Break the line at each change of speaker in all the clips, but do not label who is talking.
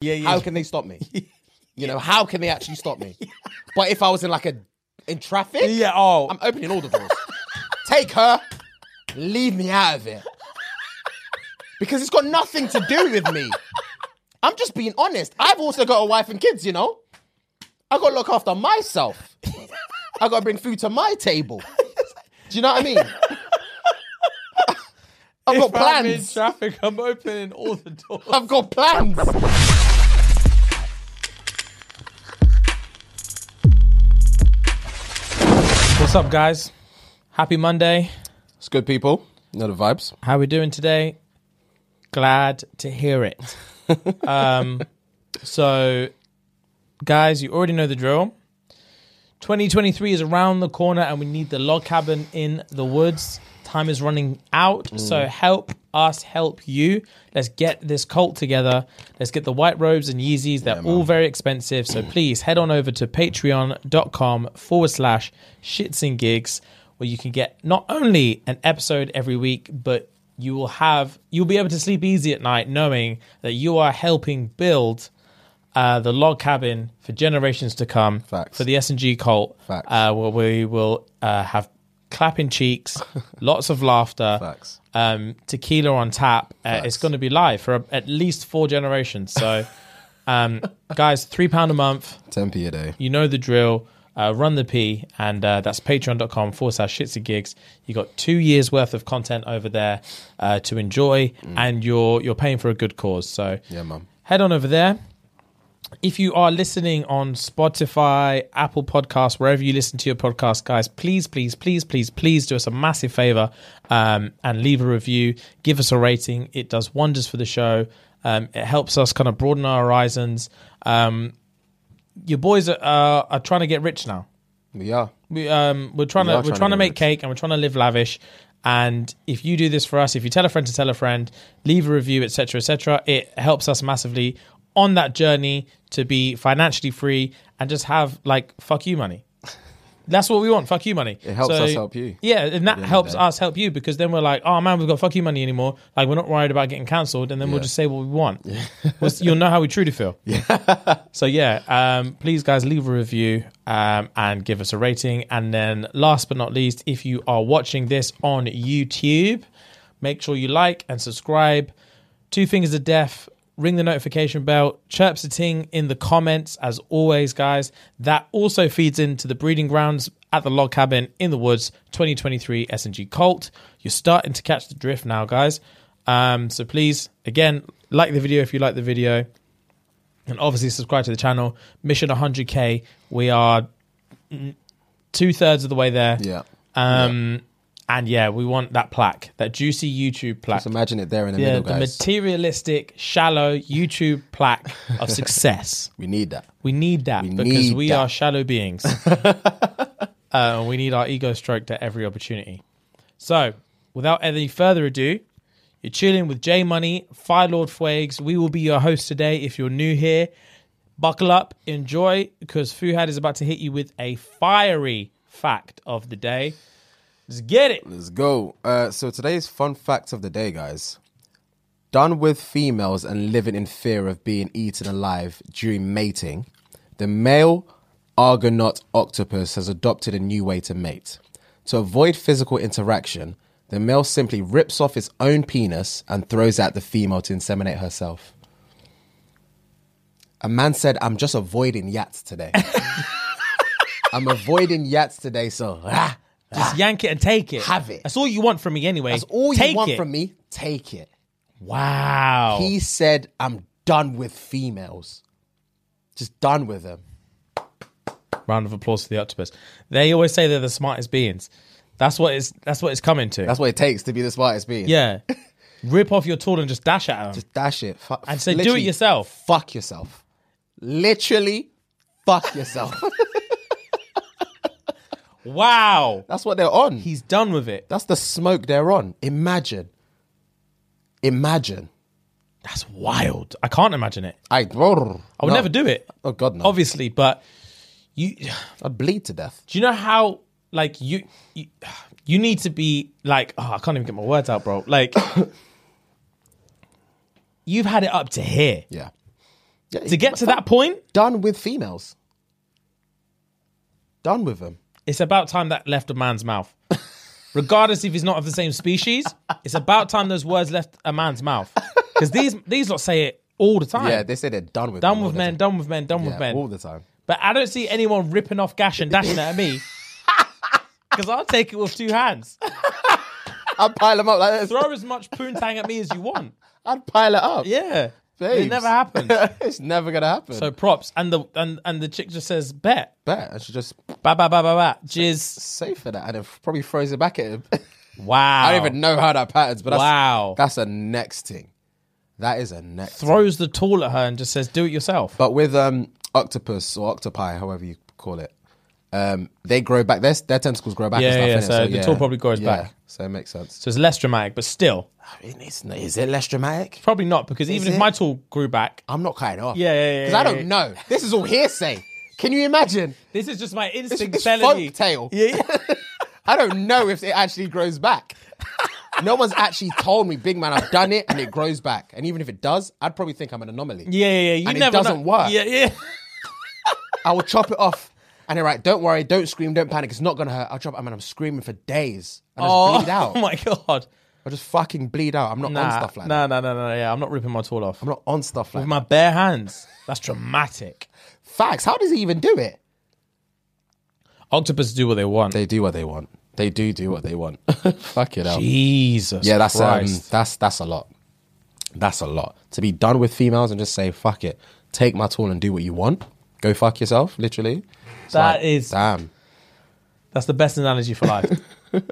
Yeah, yeah.
How can they stop me? You know, how can they actually stop me? But if I was in like a in traffic,
yeah, oh.
I'm opening all the doors. Take her, leave me out of it. Because it's got nothing to do with me. I'm just being honest. I've also got a wife and kids, you know? I gotta look after myself. I gotta bring food to my table. Do you know what I mean? I've
If
got
I'm in
plans.
traffic. I'm opening all the doors.
I've got plans.
What's up, guys? Happy Monday.
It's good, people. You know the vibes.
How we doing today? Glad to hear it. um, so, guys, you already know the drill. 2023 is around the corner, and we need the log cabin in the woods. Time is running out, so help us help you. Let's get this cult together. Let's get the white robes and Yeezys. They're all very expensive, so please head on over to patreon.com forward slash shits and gigs, where you can get not only an episode every week, but you will have you'll be able to sleep easy at night knowing that you are helping build uh, the log cabin for generations to come
Facts.
for the S&G cult
Facts.
Uh, where we will uh, have clapping cheeks lots of laughter
Facts.
um, tequila on tap uh, it's going to be live for a, at least four generations so um, guys three pound a month
10p a day.
you know the drill. Uh, run the P, and uh, that's patreon.com forward slash shitsy gigs. You got two years worth of content over there uh, to enjoy, and you're you're paying for a good cause. So
Yeah, man.
head on over there. If you are listening on Spotify, Apple Podcasts, wherever you listen to your podcast, guys, please, please, please, please, please do us a massive favor um, and leave a review. Give us a rating. It does wonders for the show. Um, it helps us kind of broaden our horizons. Um, your boys are, are, are trying to get rich now.
We are.
We, um, we're trying
We
to
are
we're
trying to
trying to
get
make
rich.
cake and we're trying to live lavish. And if you do this for us, if you tell a friend to tell a friend, leave a review, etc., etc., it helps us massively on that journey to be financially free and just have like fuck you money. That's what we want. Fuck you money. It
helps us help you.
Yeah, and that
the
helps
day.
us help you because then we're like, oh man, we've got fuck you money anymore. Like we're not worried about getting cancelled, and then we'll
Yeah.
just say what we want. We'll- You'll know how we truly feel. So yeah, um, please guys leave a review um, and give us a rating. And then last but not least, if you are watching this on YouTube, make sure you like and subscribe. Two fingers of death. Ring the notification bell. Chirps a ting in the comments as always, guys. That also feeds into the breeding grounds at the log cabin in the woods 2023 SNG cult. You're starting to catch the drift now, guys. Um, so please, again, like the video if you like the video and obviously subscribe to the channel. Mission 100k. We are two thirds of the way there.
Yeah.
Um, and yeah, we want that plaque, that juicy YouTube plaque.
Just imagine it there in the
yeah,
middle,
the
guys.
materialistic, shallow YouTube plaque of success.
we need that.
We need that
We
because
need
we
that.
are shallow beings. uh, we need our ego stroked at every opportunity. So, without any further ado, you're chilling with J Money, Fire Lord Fuegs. We will be your host today. If you're new here, buckle up, enjoy, because Fuhad is about to hit you with a fiery fact of the day. Let's get it.
Let's go. Uh, so today's fun fact of the day, guys. Done with females and living in fear of being eaten alive during mating, the male Argonaut octopus has adopted a new way to mate. To avoid physical interaction, the male simply rips off his own penis and throws at the female to inseminate herself. A man said, I'm just avoiding yats today. I'm avoiding yats today, so ah,
Just yank it and take it.
Have it.
That's all you want from me, anyway.
That's all you
Take
want
it.
from me. Take it.
Wow.
He said, I'm done with females. Just done with them.
round of applause for the octopus. They always say they're the smartest beings. That's what it's. That's what it's coming to.
That's what it takes to be the smartest being.
yeah. Rip off your tool and just dash at them.
Just dash it. Fu-
And say, do it
literally,
yourself.
Fuck yourself. Literally, fuck yourself.
wow.
That's what they're on.
He's done with it.
That's the smoke they're on. Imagine. Imagine.
That's wild. I can't imagine it.
I, brrr.
I would
No.
never do it.
Oh, God, no.
Obviously, but you
I'd bleed to death.
do you know how like you you, you need to be like oh, I can't even get my words out, bro. Like you've had it up to here.
Yeah. yeah
To get to that point,
done with females. Done with them.
it's about time that left a man's mouth. Regardless if he's not of the same species, it's about time those words left a man's mouth. Because these these lot say it all the time.
Yeah, they say they're done with
done
them all
with
the
men,
time.
done with men, done
Yeah,
with men.
all the time.
But I don't see anyone ripping off gash and dashing it at me. Because I'll take it with two hands.
I'd pile them up like this.
Throw as much poontang at me as you want.
I'd pile it up.
Yeah.
Babes.
It never happens.
it's never gonna happen.
So props. And the and, and the chick just says, bet.
bet I should just
Ba ba ba ba ba. Jizz.
save for that and then probably throws it back at him.
Wow.
I don't even know how that patterns, but that's,
Wow.
that's a next thing. That is a next. thing.
Throws the tool at her and just says, do it yourself.
But with um octopus or octopi, however you call it, um, they grow back. Their their tentacles grow back.
Yeah,
and stuff,
yeah,
innit?
so the tool probably grows
yeah,
back.
So it makes sense.
So it's less dramatic, but still.
I mean, it's, is it less dramatic?
Probably not, because even if
it?
my tool grew back,
I'm not cutting off.
Yeah, yeah, yeah,
Because I
yeah,
don't
yeah.
know. This is all hearsay. Can you imagine?
this is just my
It's,
instinct
it's
telling me.
folk tale.
Yeah.
I don't know if it actually grows back. No one's actually told me, big man, I've done it and it grows back. And even if it does, I'd probably think I'm an anomaly.
Yeah, yeah, yeah. You
And it
never
doesn't
know.
work.
Yeah, yeah.
I will chop it off. And they're like, don't worry, don't scream, don't panic. It's not going to hurt. I'll chop it. I mean, I'm screaming for days. I just bleed
Oh,
out.
oh my god.
I just fucking bleed out. I'm not on
Nah,
stuff like that.
nah, nah, nah, nah, Yeah, I'm not ripping my tool off.
I'm not on stuff like
With
that.
my bare hands. That's dramatic.
Facts. How does he even do it?
Octopus do what they want.
They do what they want. They do do what they want. Fuck it up.
Jesus.
Yeah, that's um,
Christ.
that's that's a lot. That's a lot to be done with females and just say fuck it. Take my tool and do what you want. Go fuck yourself, literally. It's
That is-
damn.
that's the best analogy for life. I'm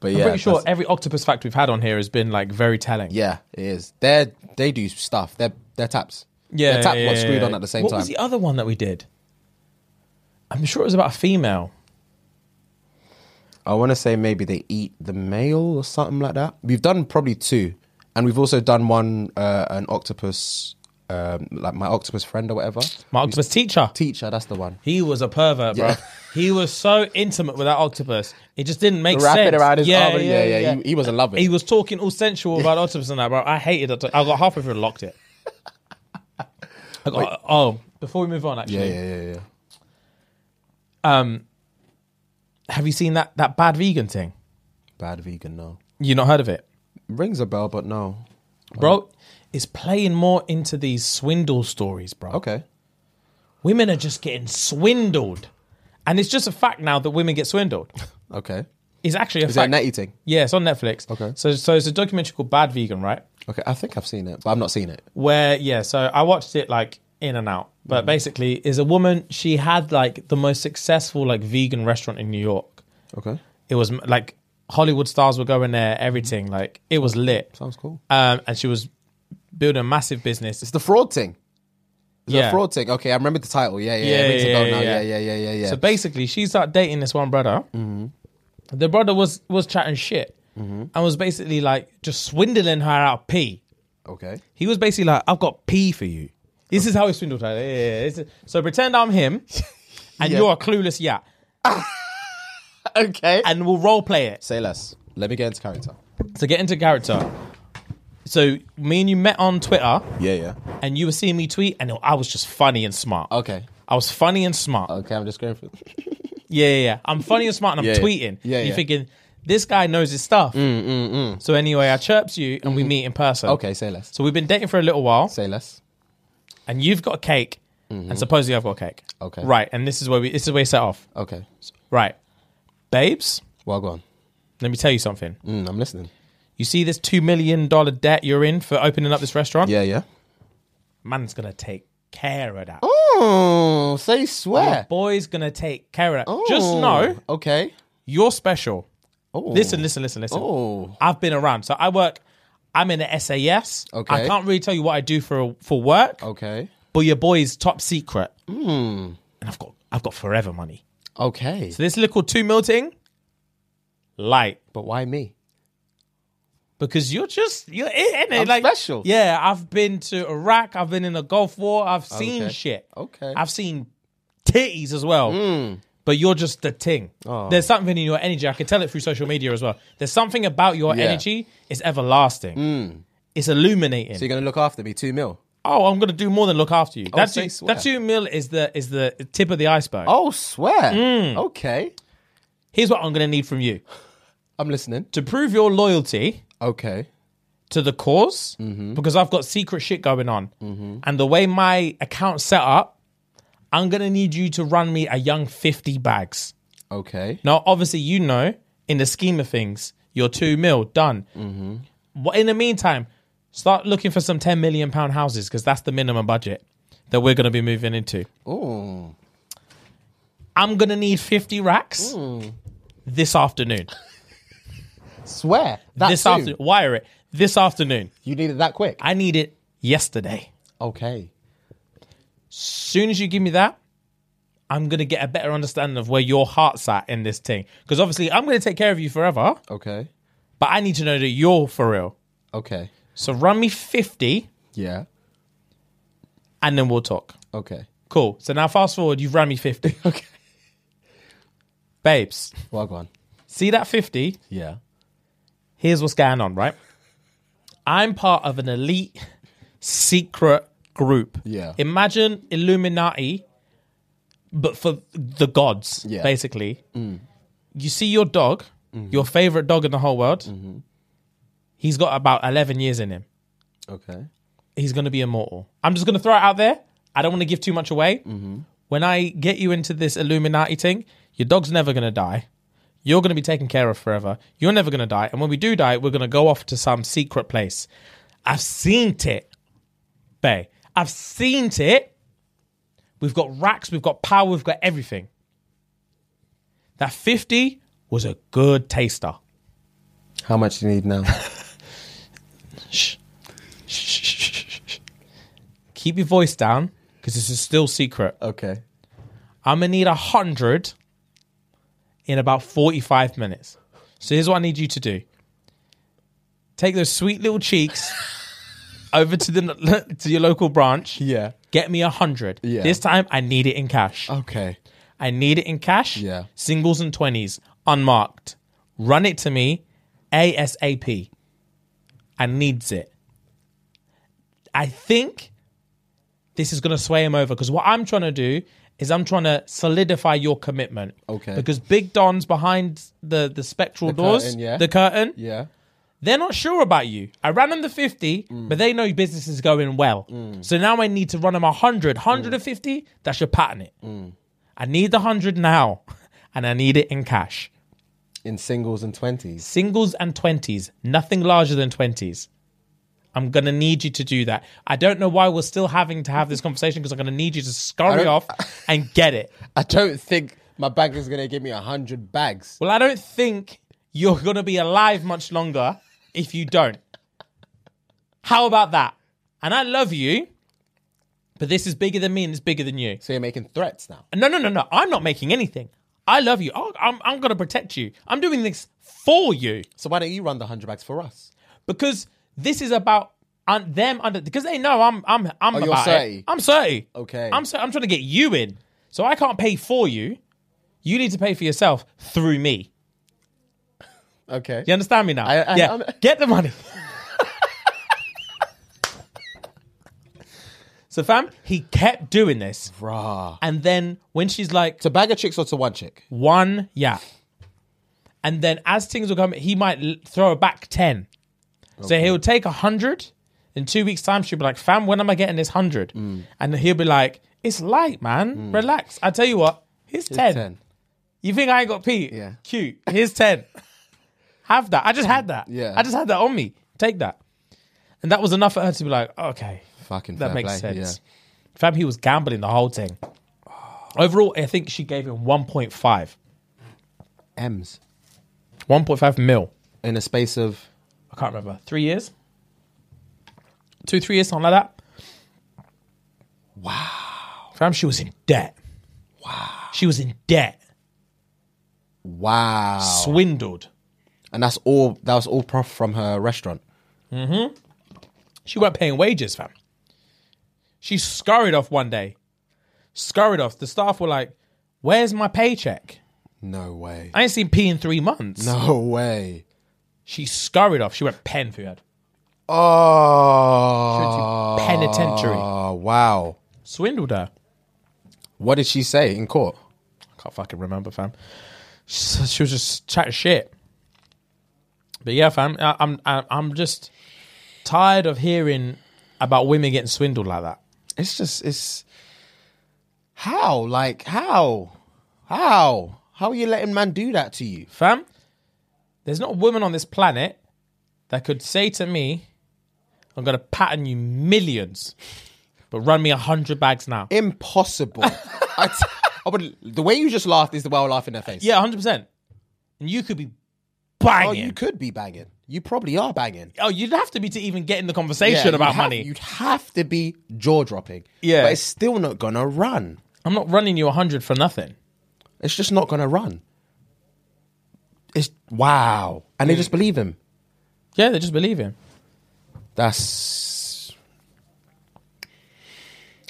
But yeah,
pretty sure
that's-
every octopus fact we've had on here has been like very telling.
yeah, it is. They they do stuff. They're they're taps.
yeah.
their taps
yeah,
got
yeah,
screwed
yeah.
on at the same
what
time.
was the other one that we did? I'm sure it was about a female.
I want to say maybe they eat the male or something like that. We've done probably two, and we've also done one uh, an octopus, um, like my octopus friend or whatever.
My octopus teacher.
Teacher, that's the one.
He was a pervert, bro.
Yeah.
He was so intimate with that octopus. It just didn't make
Wrap it
sense.
around his arm and- yeah, yeah, he- he was in love with
He
it.
was talking all sensual about octopus and that, bro. I hated it. I got halfway through and locked it. I got, oh, before we move on, actually,
Yeah, yeah, yeah, yeah.
have you seen that that bad vegan thing?
Bad vegan, no.
You not heard of it,
Rings a bell, but no.
bro? It's playing more into these swindle stories, bro.
Okay.
Women are just getting swindled, and it's just a fact now that women get swindled.
Okay.
It's actually a
Is that
fact.
net eating?
yeah, it's on Netflix.
Okay.
So, so it's a documentary called Bad Vegan, right?
Okay, I think I've seen it, but I've not seen it.
where yeah so i watched it like in and out
Mm.
but basically is a woman she had like the most successful like vegan restaurant in new york
Okay.
it was m- like hollywood stars were going there everything
Mm.
like it was lit
Sounds cool.
um and she was building a massive business
It's the fraud thing. It's
yeah
the fraud thing. Okay, I remember the title. Yeah, yeah,
Yeah,
yeah. Rings
yeah,
a bell
yeah,
now.
yeah.
Yeah, yeah, yeah, yeah, yeah.
so basically she started dating this one brother
Mm-hmm.
the brother was was chatting shit and was basically like just swindling her out of pee
okay.
He was basically like, I've got pee for you. This is how he swindled her. Yeah, yeah, yeah. This is- So pretend I'm him and
Yeah.
you're a clueless yacht
Okay.
and we'll role play it.
Say less. Let me get into character.
So get into character. So me and you met on Twitter
Yeah, yeah.
and you were seeing me tweet and I was just funny and smart.
Okay.
I was funny and smart.
Okay, I'm just going for
Yeah, yeah, yeah. I'm funny and smart and I'm
Yeah, yeah.
tweeting.
Yeah, Mm,
You're
yeah.
thinking, this guy knows his stuff. So anyway, I chirps you and we meet in person.
Mm-hmm. Okay, say less.
So we've been dating for a little while.
Say less.
and you've got a cake, and supposedly I've got a cake.
Mm-hmm. Okay.
Right, and this is where we this is where we set off.
Okay.
Right, babes,
Well, go on.
let me tell you something.
Mm, I'm listening.
You see this two million dollar debt you're in for opening up this restaurant?
Yeah, yeah.
man's gonna take care of that.
Oh, say
Your
swear.
boy's gonna take care of that. Oh,
Oh.
Just know
Okay.
you're special.
Oh.
Listen, listen, listen, listen.
Oh.
I've been around, so I work. I'm in the SAS.
Okay. Oh.
I can't really tell you what I do for for work,
Okay.
but your boy is top secret.
Hmm.
And I've got I've got forever money.
Okay.
So this little two mil thing, light.
But why me?
Because you're just you're in it.
I'm
like
special.
Yeah, I've been to Iraq, I've been in a Gulf War, I've seen
Okay.
shit.
Okay. Mm.
I've seen titties as well. But you're just the ting.
Oh.
There's something in your energy. I can tell it through social media as well. There's something about your
Yeah. Mm.
energy. It's everlasting. It's illuminating.
So you're gonna look after me, two mil.
oh, I'm gonna do more than look after you. that,
Oh, say
two,
swear.
that two mil is the is the tip of the iceberg.
Oh, swear. Okay.
Here's what I'm gonna need from you
I'm listening.
to prove your loyalty.
Okay.
to the because
Mm-hmm.
because I've got secret shit going on. And the way my account's set up, I'm going to need you to run me a young 50 bags.
Okay.
Now, obviously, you know, in the scheme of things, you're two mil done.
Mm-hmm.
What in the meantime, start looking for some 10 million pound houses because that's the minimum budget that we're going to be moving into.
Ooh.
I'm going to need 50 racks this afternoon.
Swear. That
this
soon.
afternoon, wire it this afternoon.
You need it that quick.
I need it yesterday.
okay.
soon as you give me that, I'm gonna get a better understanding of where your heart's at in this thing. Because obviously, I'm gonna take care of you forever,
Okay.
but I need to know that you're for real.
Okay.
So run me fifty,
Yeah.
and then we'll talk.
Okay.
Cool. So now fast forward, you've run me fifty. okay. Babes,
Well, go on.
see that fifty?
Yeah.
Here's what's going on, right? I'm part of an elite secret group.
Yeah.
Imagine Illuminati, but for the gods,
Yeah. Mm. Mm-hmm.
basically. You see your dog, your favorite dog in the whole world. He's got about 11 years in him.
Okay.
He's going to be immortal. I'm just going to throw it out there. I don't want to give too much away. When I get you into this Illuminati thing, your dog's never going to die. You're going to be taken care of forever. You're never going to die. And when we do die, we're going to go off to some secret place. I've seen it, Bay. I've seen it. We've got racks, we've got power, we've got everything. That 50 was a good taster.
How much do you need now?
Keep your voice down because this is still secret.
okay.
I'm gonna need a hundred in about 45 minutes. So here's what I need you to do: take those sweet little cheeks over to the to your local branch.
Yeah.
Get me a hundred.
Yeah.
This time I need it in cash.
Okay.
I need it in cash.
Yeah.
Singles and twenties, unmarked. Run it to me, ASAP. I needs it. I think this is going to sway him over because what I'm trying to do is I'm trying to solidify your commitment.
Okay.
Because Big Don's behind the the spectral doors,
curtain, yeah.
the curtain,
Yeah.
they're not sure about you. I ran them the 50, but they know business is going well. So now I need to run them 100. 150, that's your pattern it. I need the 100 now, and I need it in cash.
In singles and twenties.
Singles and 20s, nothing larger than 20s. I'm going to need you to do that. I don't know why we're still having to have this conversation because I'm going to need you to scurry off and get it.
I don't think my bank is gonna give me a hundred bags.
Well, I don't think you're going to be alive much longer if you don't. How about that? And I love you, but this is bigger than me and it's bigger than you.
So you're making threats now.
No, no, no, no. I'm not making anything. I love you. Oh, I'm, I'm going to protect you. I'm doing this for you
So why don't you run the hundred bags for us?
because this is about un- them under because they know I'm I'm I'm
Oh, you're
about it.
30.
I'm 30.
Okay.
I'm so, I'm trying to get you in. So I can't pay for you. You need to pay for yourself through me.
Okay.
You understand me now?
I- I-
yeah.
I'm-
Get the money. so, fam, he kept doing this.
Rah.
And then when she's like,
To bag of chicks or to one chick?
one, yeah. And then as things will come, he might l- throw her back 10. So he'll take a 100. In two weeks' time, she'll be like, fam, when am I getting this 100?
Mm.
And he'll be like, it's light, man. Relax. I tell you what, here's 10. You think I ain't got Pete?
Yeah.
Cute. Here's 10. Have that. I just had that.
Yeah.
I just had that on me. Take that. And that was enough for her to be like, okay,
Fucking
that
fair
makes
play,
sense. Fam, he was gambling the whole thing. Overall, I think she gave him 1.5.
Yeah. M's
1.5 mil.
in a space of
I can't remember. Three years? two, three years, something like that. Wow. Fam, she was in debt. Wow. She was in debt.
Wow.
Swindled.
And that's all. That was all prof from her restaurant.
She weren't paying wages, fam. She scurried off one day. Scurried off. The staff were like, Where's my paycheck?
No way.
I ain't seen P in three months.
No way.
She scurried off. She went pen food.
Oh.
Penitentiary.
Oh wow.
Swindled her.
What did she say in court?
can't fucking remember, fam. She, she was just chatting shit. But yeah, fam, I, I'm I, I'm just tired of hearing about women getting swindled like that.
It's just it's how like how how how are you letting man do that to you?
Fam, there's not a woman on this planet that could say to me, "I'm gonna pattern you millions, but run me a hundred bags now."
Impossible. I t- I would, the way you just laughed is the way I laugh in their face.
Yeah, hundred percent. And you could be
Oh,
banging.
you could be banging. You probably are banging.
Oh, you'd have to be to even get in the conversation
you'd
about
have-
money.
You'd have to be jaw dropping.
Yeah.
But it's still not gonna run.
I'm not running you a hundred for nothing.
It's just not gonna run. It's wow. And they
Mm.
just believe him.
Yeah, they just believe him.
That's.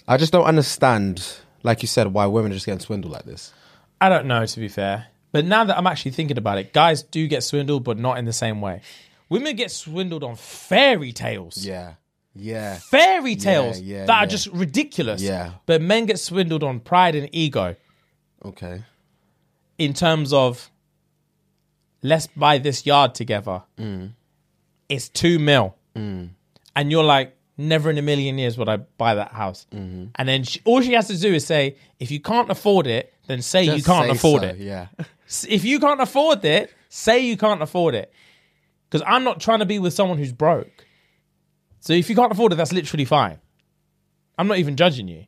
I just don't understand, like you said, why women are just getting swindled like this.
I don't know, to be fair. But now that I'm actually thinking about it, guys do get swindled, but not in the same way. Women get swindled on fairy tales.
Yeah. Yeah.
Fairy tales
yeah,
that
yeah.
are just ridiculous.
Yeah.
But men get swindled on pride and ego
Okay.
in terms of let's buy this yard together.
Mm.
It's two mil. And you're like, never in a million years would I buy that house.
Mm-hmm.
And then she, all she has to do is say, if you can't afford it, then say you
Just
can't
say
afford
so,
it.
Yeah.
if you can't afford it, say you can't afford it. Because I'm not trying to be with someone who's broke. So if you can't afford it, that's literally fine. I'm not even judging you.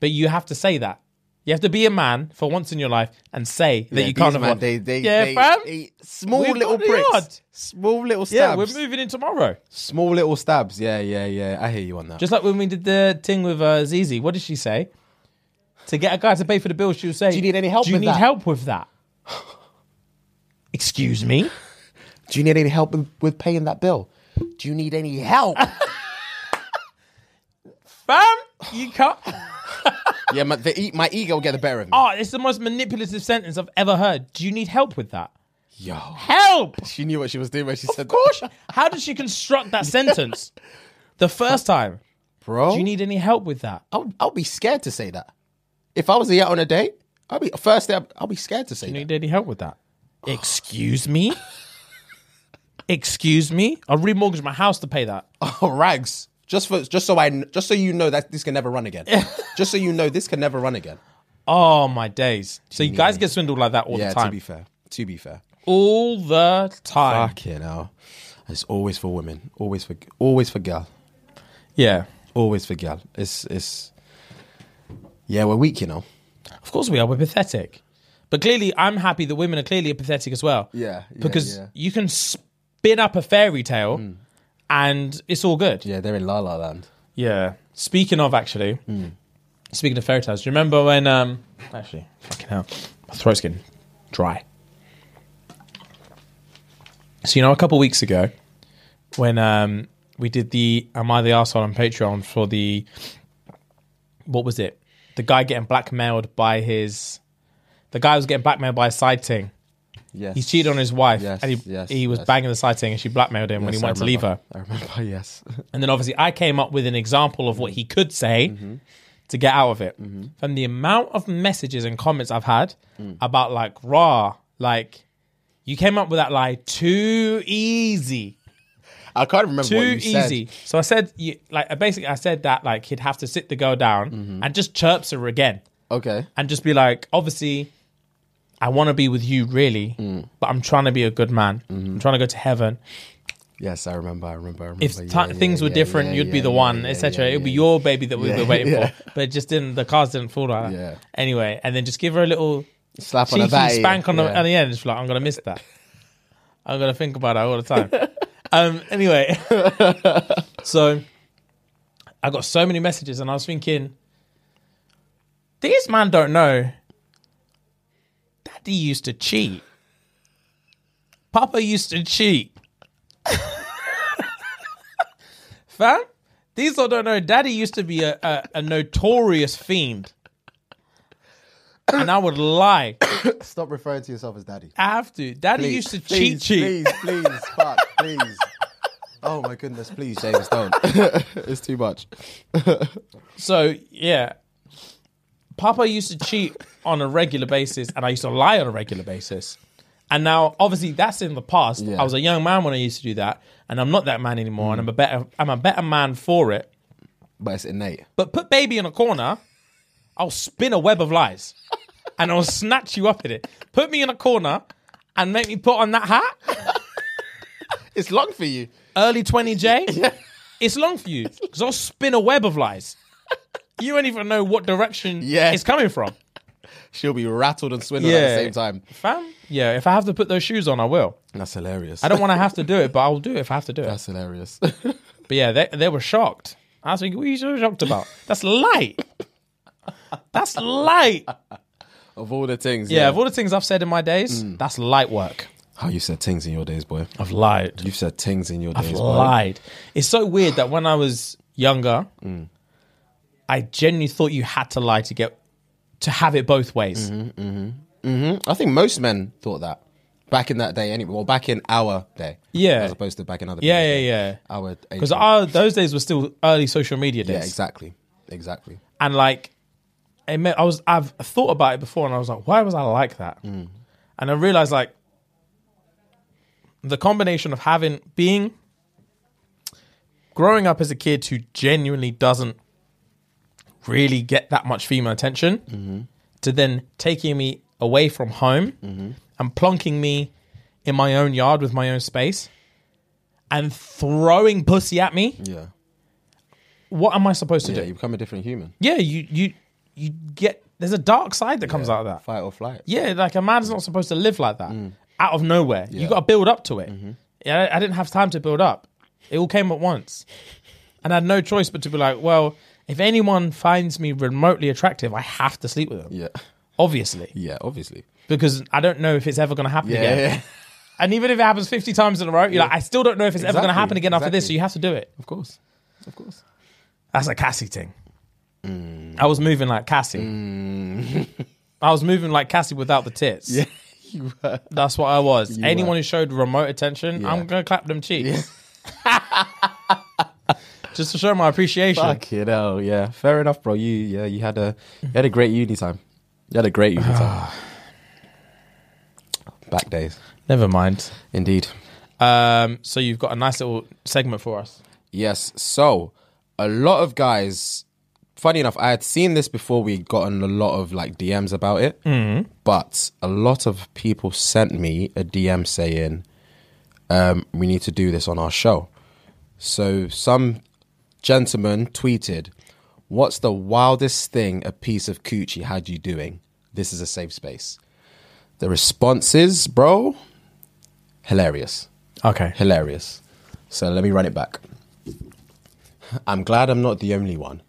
But you have to say that. You have to be a man for once in your life and say that
Yeah,
you can't
these man,
afford
They, they,
Yeah,
they,
fam.
they- small
We've
little
got the
pricks.
yard.
Small little
yeah,
stabs.
we're moving in tomorrow.
Small little stabs. Yeah, yeah, yeah. I hear you on that.
Just like when we did the thing with uh, Zizi. What did she say? To get a guy to pay for the bill, she would say,
Do you need any help
Do you
with
need
that?"
help with that? Excuse me?
Do you need any help with, with paying that bill? Do you need any help?
Fam, you can't.
yeah, my, the, e- my ego will get the better of me.
Oh, it's the most manipulative sentence I've ever heard. Do you need help with that?
Yo.
Help!
She knew what she was doing when she said
Of course. How did she construct that sentence the first time?
Bro.
Do you need any help with that?
I'll, I'll be scared to say that. If I was out on a date, I'll be first day. I'll, I'll be scared to say
Do you
that.
need any help with that? Excuse me? Excuse me? I'll remortgage my house to pay that.
Oh, rags! Just for just so I kn- just so you know that this can never run again. just so you know this can never run again.
Oh, my days. So you guys get swindled like that all
yeah,
the
to
time.
be fair, to be fair.
all the time.
Fuck it now. It's always for women. Always for always for gal.
Yeah.
Always for gal. It's it's. Yeah, we're weak, you know.
Of course we are. We're pathetic. But clearly, I'm happy that women are clearly pathetic as well.
Yeah, yeah,
because
yeah. Hmm.
you can spin up a fairy tale and it's all good.
Yeah, they're in La La Land.
Yeah. Speaking of, actually,
Hmm.
speaking of fairy tales, do you remember when? Um, actually, fucking hell, my throat's getting dry. So you know, a couple weeks ago, when um, we did the "Am I the Arsehole on Patreon for the what was it? The guy getting blackmailed by his, the guy was getting blackmailed by a side ting.
Yes.
He cheated on his wife,
Yes,
and he,
yes,
he was
yes.
banging the side ting, and she blackmailed him when he
Yes, I
wanted to leave her.
remember. I remember. Yes.
And then obviously I came up with an example of what he could say to get out of it. From the amount of messages and comments I've had about like raw, like you came up with that lie too easy,
I can't remember what
too
you said.
easy. So I said, you, like basically I said that like he'd have to sit the girl down
Mm-hmm.
and just chirps her again
Okay.
and just be like, obviously, I want to be with you really,
Mm.
but I'm trying to be a good man.
Mm-hmm.
I'm trying to go to heaven
Yes, I remember. I remember. I remember.
if ti
Yeah, yeah,
things were
yeah,
different,
yeah,
you'd be
yeah,
the
yeah,
one,
yeah,
etc.
yeah,
It'd be
yeah.
your baby that we
Yeah,
were waiting
yeah.
for, but it just didn't. The cars didn't fall like that.
Yeah.
Anyway, and then just give her a little
slap on
cheeky
the back.
spank on,
yeah.
the, on the end. Just like I'm gonna miss that. I'm gonna think about that all the time. um. Anyway, so I got so many messages, and I was thinking, these man don't know. Daddy used to cheat. Papa used to cheat. Fam, these lot don't know. Daddy used to be a, a, a notorious fiend. And I would lie.
Stop referring to yourself as daddy.
I have to. Daddy used to cheat,
please,
cheat.
Please, please, fuck, please. Oh my goodness, please, James, don't.
It's too much.
So yeah, Papa used to cheat on a regular basis, and I used to lie on a regular basis. And now, obviously, that's in the past. I was a young man when I used to do that, and I'm not that man anymore. And I'm a better, I'm a better man for it.
But it's innate.
But put baby in a corner, I'll spin a web of lies, and I'll snatch you up in it. Put me in a corner, and make me put on that hat.
It's long for you.
early 20J, it's long for you because I'll spin a web of lies. You don't even know what direction
Yeah.
it's coming from.
She'll be rattled and swindled at the
Yeah.
same time.
Fam, yeah, if I have to put those shoes on, I will.
That's hilarious.
I don't want to have to do it, but I'll do it if I have to do it.
That's hilarious.
But yeah, they, they were shocked. I was thinking, what are you so shocked about? That's light. That's light.
of all the things.
Yeah, of all the things I've said in my days,
Mm.
that's light work.
How you said things in your days, boy.
I've lied.
You've said things in your days, boy.
lied. It's so weird that when I was younger, I genuinely thought you had to lie to get to have it both ways.
I think most men thought that back in that day, anyway. Well, back in our day,
Yeah.
as opposed to back in other.
Yeah,
people's
yeah,
day.
yeah.
Our age
Because
group.
those days were still early social media days,
yeah, exactly, exactly.
and like, it meant, I was I've thought about it before, and I was like, why was I like that? And I realized like the combination of having being growing up as a kid who genuinely doesn't really get that much female attention to then taking me away from home and plonking me in my own yard with my own space and throwing pussy at me
Yeah,
what am i supposed to
yeah.
do
You become a different human.
yeah you you you get there's a dark side that comes out of that
Fight or flight.
yeah, like a man's not supposed to live like that
Mm.
out of nowhere. You got to build up to it.
Mm-hmm.
Yeah, I, I didn't have time to build up. It all came at once, and I had no choice but to be like, well, if anyone finds me remotely attractive, I have to sleep with them.
yeah,
Obviously,
yeah. Obviously.
because I don't know if it's ever going to happen again. And even if it happens fifty times in a row, you're like, I still don't know if it's ever going to
Exactly,
happen again after this. So
exactly.
you have to do it.
of course, of course.
That's a Cassie thing. I was moving like Cassie. I was moving like Cassie without the tits. Mm. Yeah, That's what I was. Anyone who showed remote attention, I'm gonna clap them cheeks. Just to show my appreciation.
Fuck it hell, yeah. Fair enough, bro. You yeah, you had a you had a great uni time. You had a great uni time. Back days,
Never mind.
indeed.
Um, so you've got a nice little segment for us.
Yes. So a lot of guys, funny enough, I had seen this before we gotten a lot of like DMs about it, but a lot of people sent me a DM saying, um, we need to do this on our show. So some gentleman tweeted, What's the wildest thing a piece of coochie had you doing? This is a safe space. The responses, bro, hilarious
Okay.
hilarious. So let me run it back. I'm glad I'm not the only one.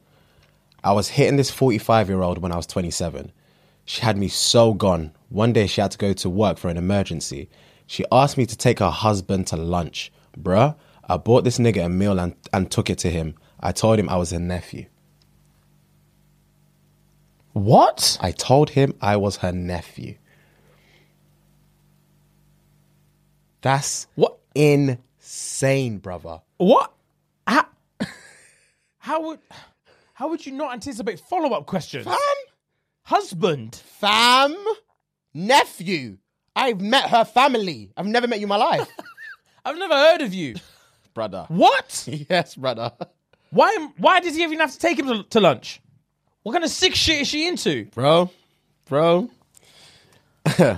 I was hitting this 45 year old when I was 27. She had me so gone. One day she had to go to work for an emergency. She asked me to take her husband to lunch. Bruh, I bought this nigga a meal and, and took it to him. I told him I was her nephew.
What?
I told him I was her nephew. That's
What?
insane, brother.
What? How, how would how would you not anticipate follow up questions? Husband.
fam, nephew. I've met her family. I've never met you in my life,
I've never heard of you.
brother.
What?
Yes, brother.
Why? am- Why does he even have to take him to, to lunch? What kind of sick shit is she into?
Bro, bro.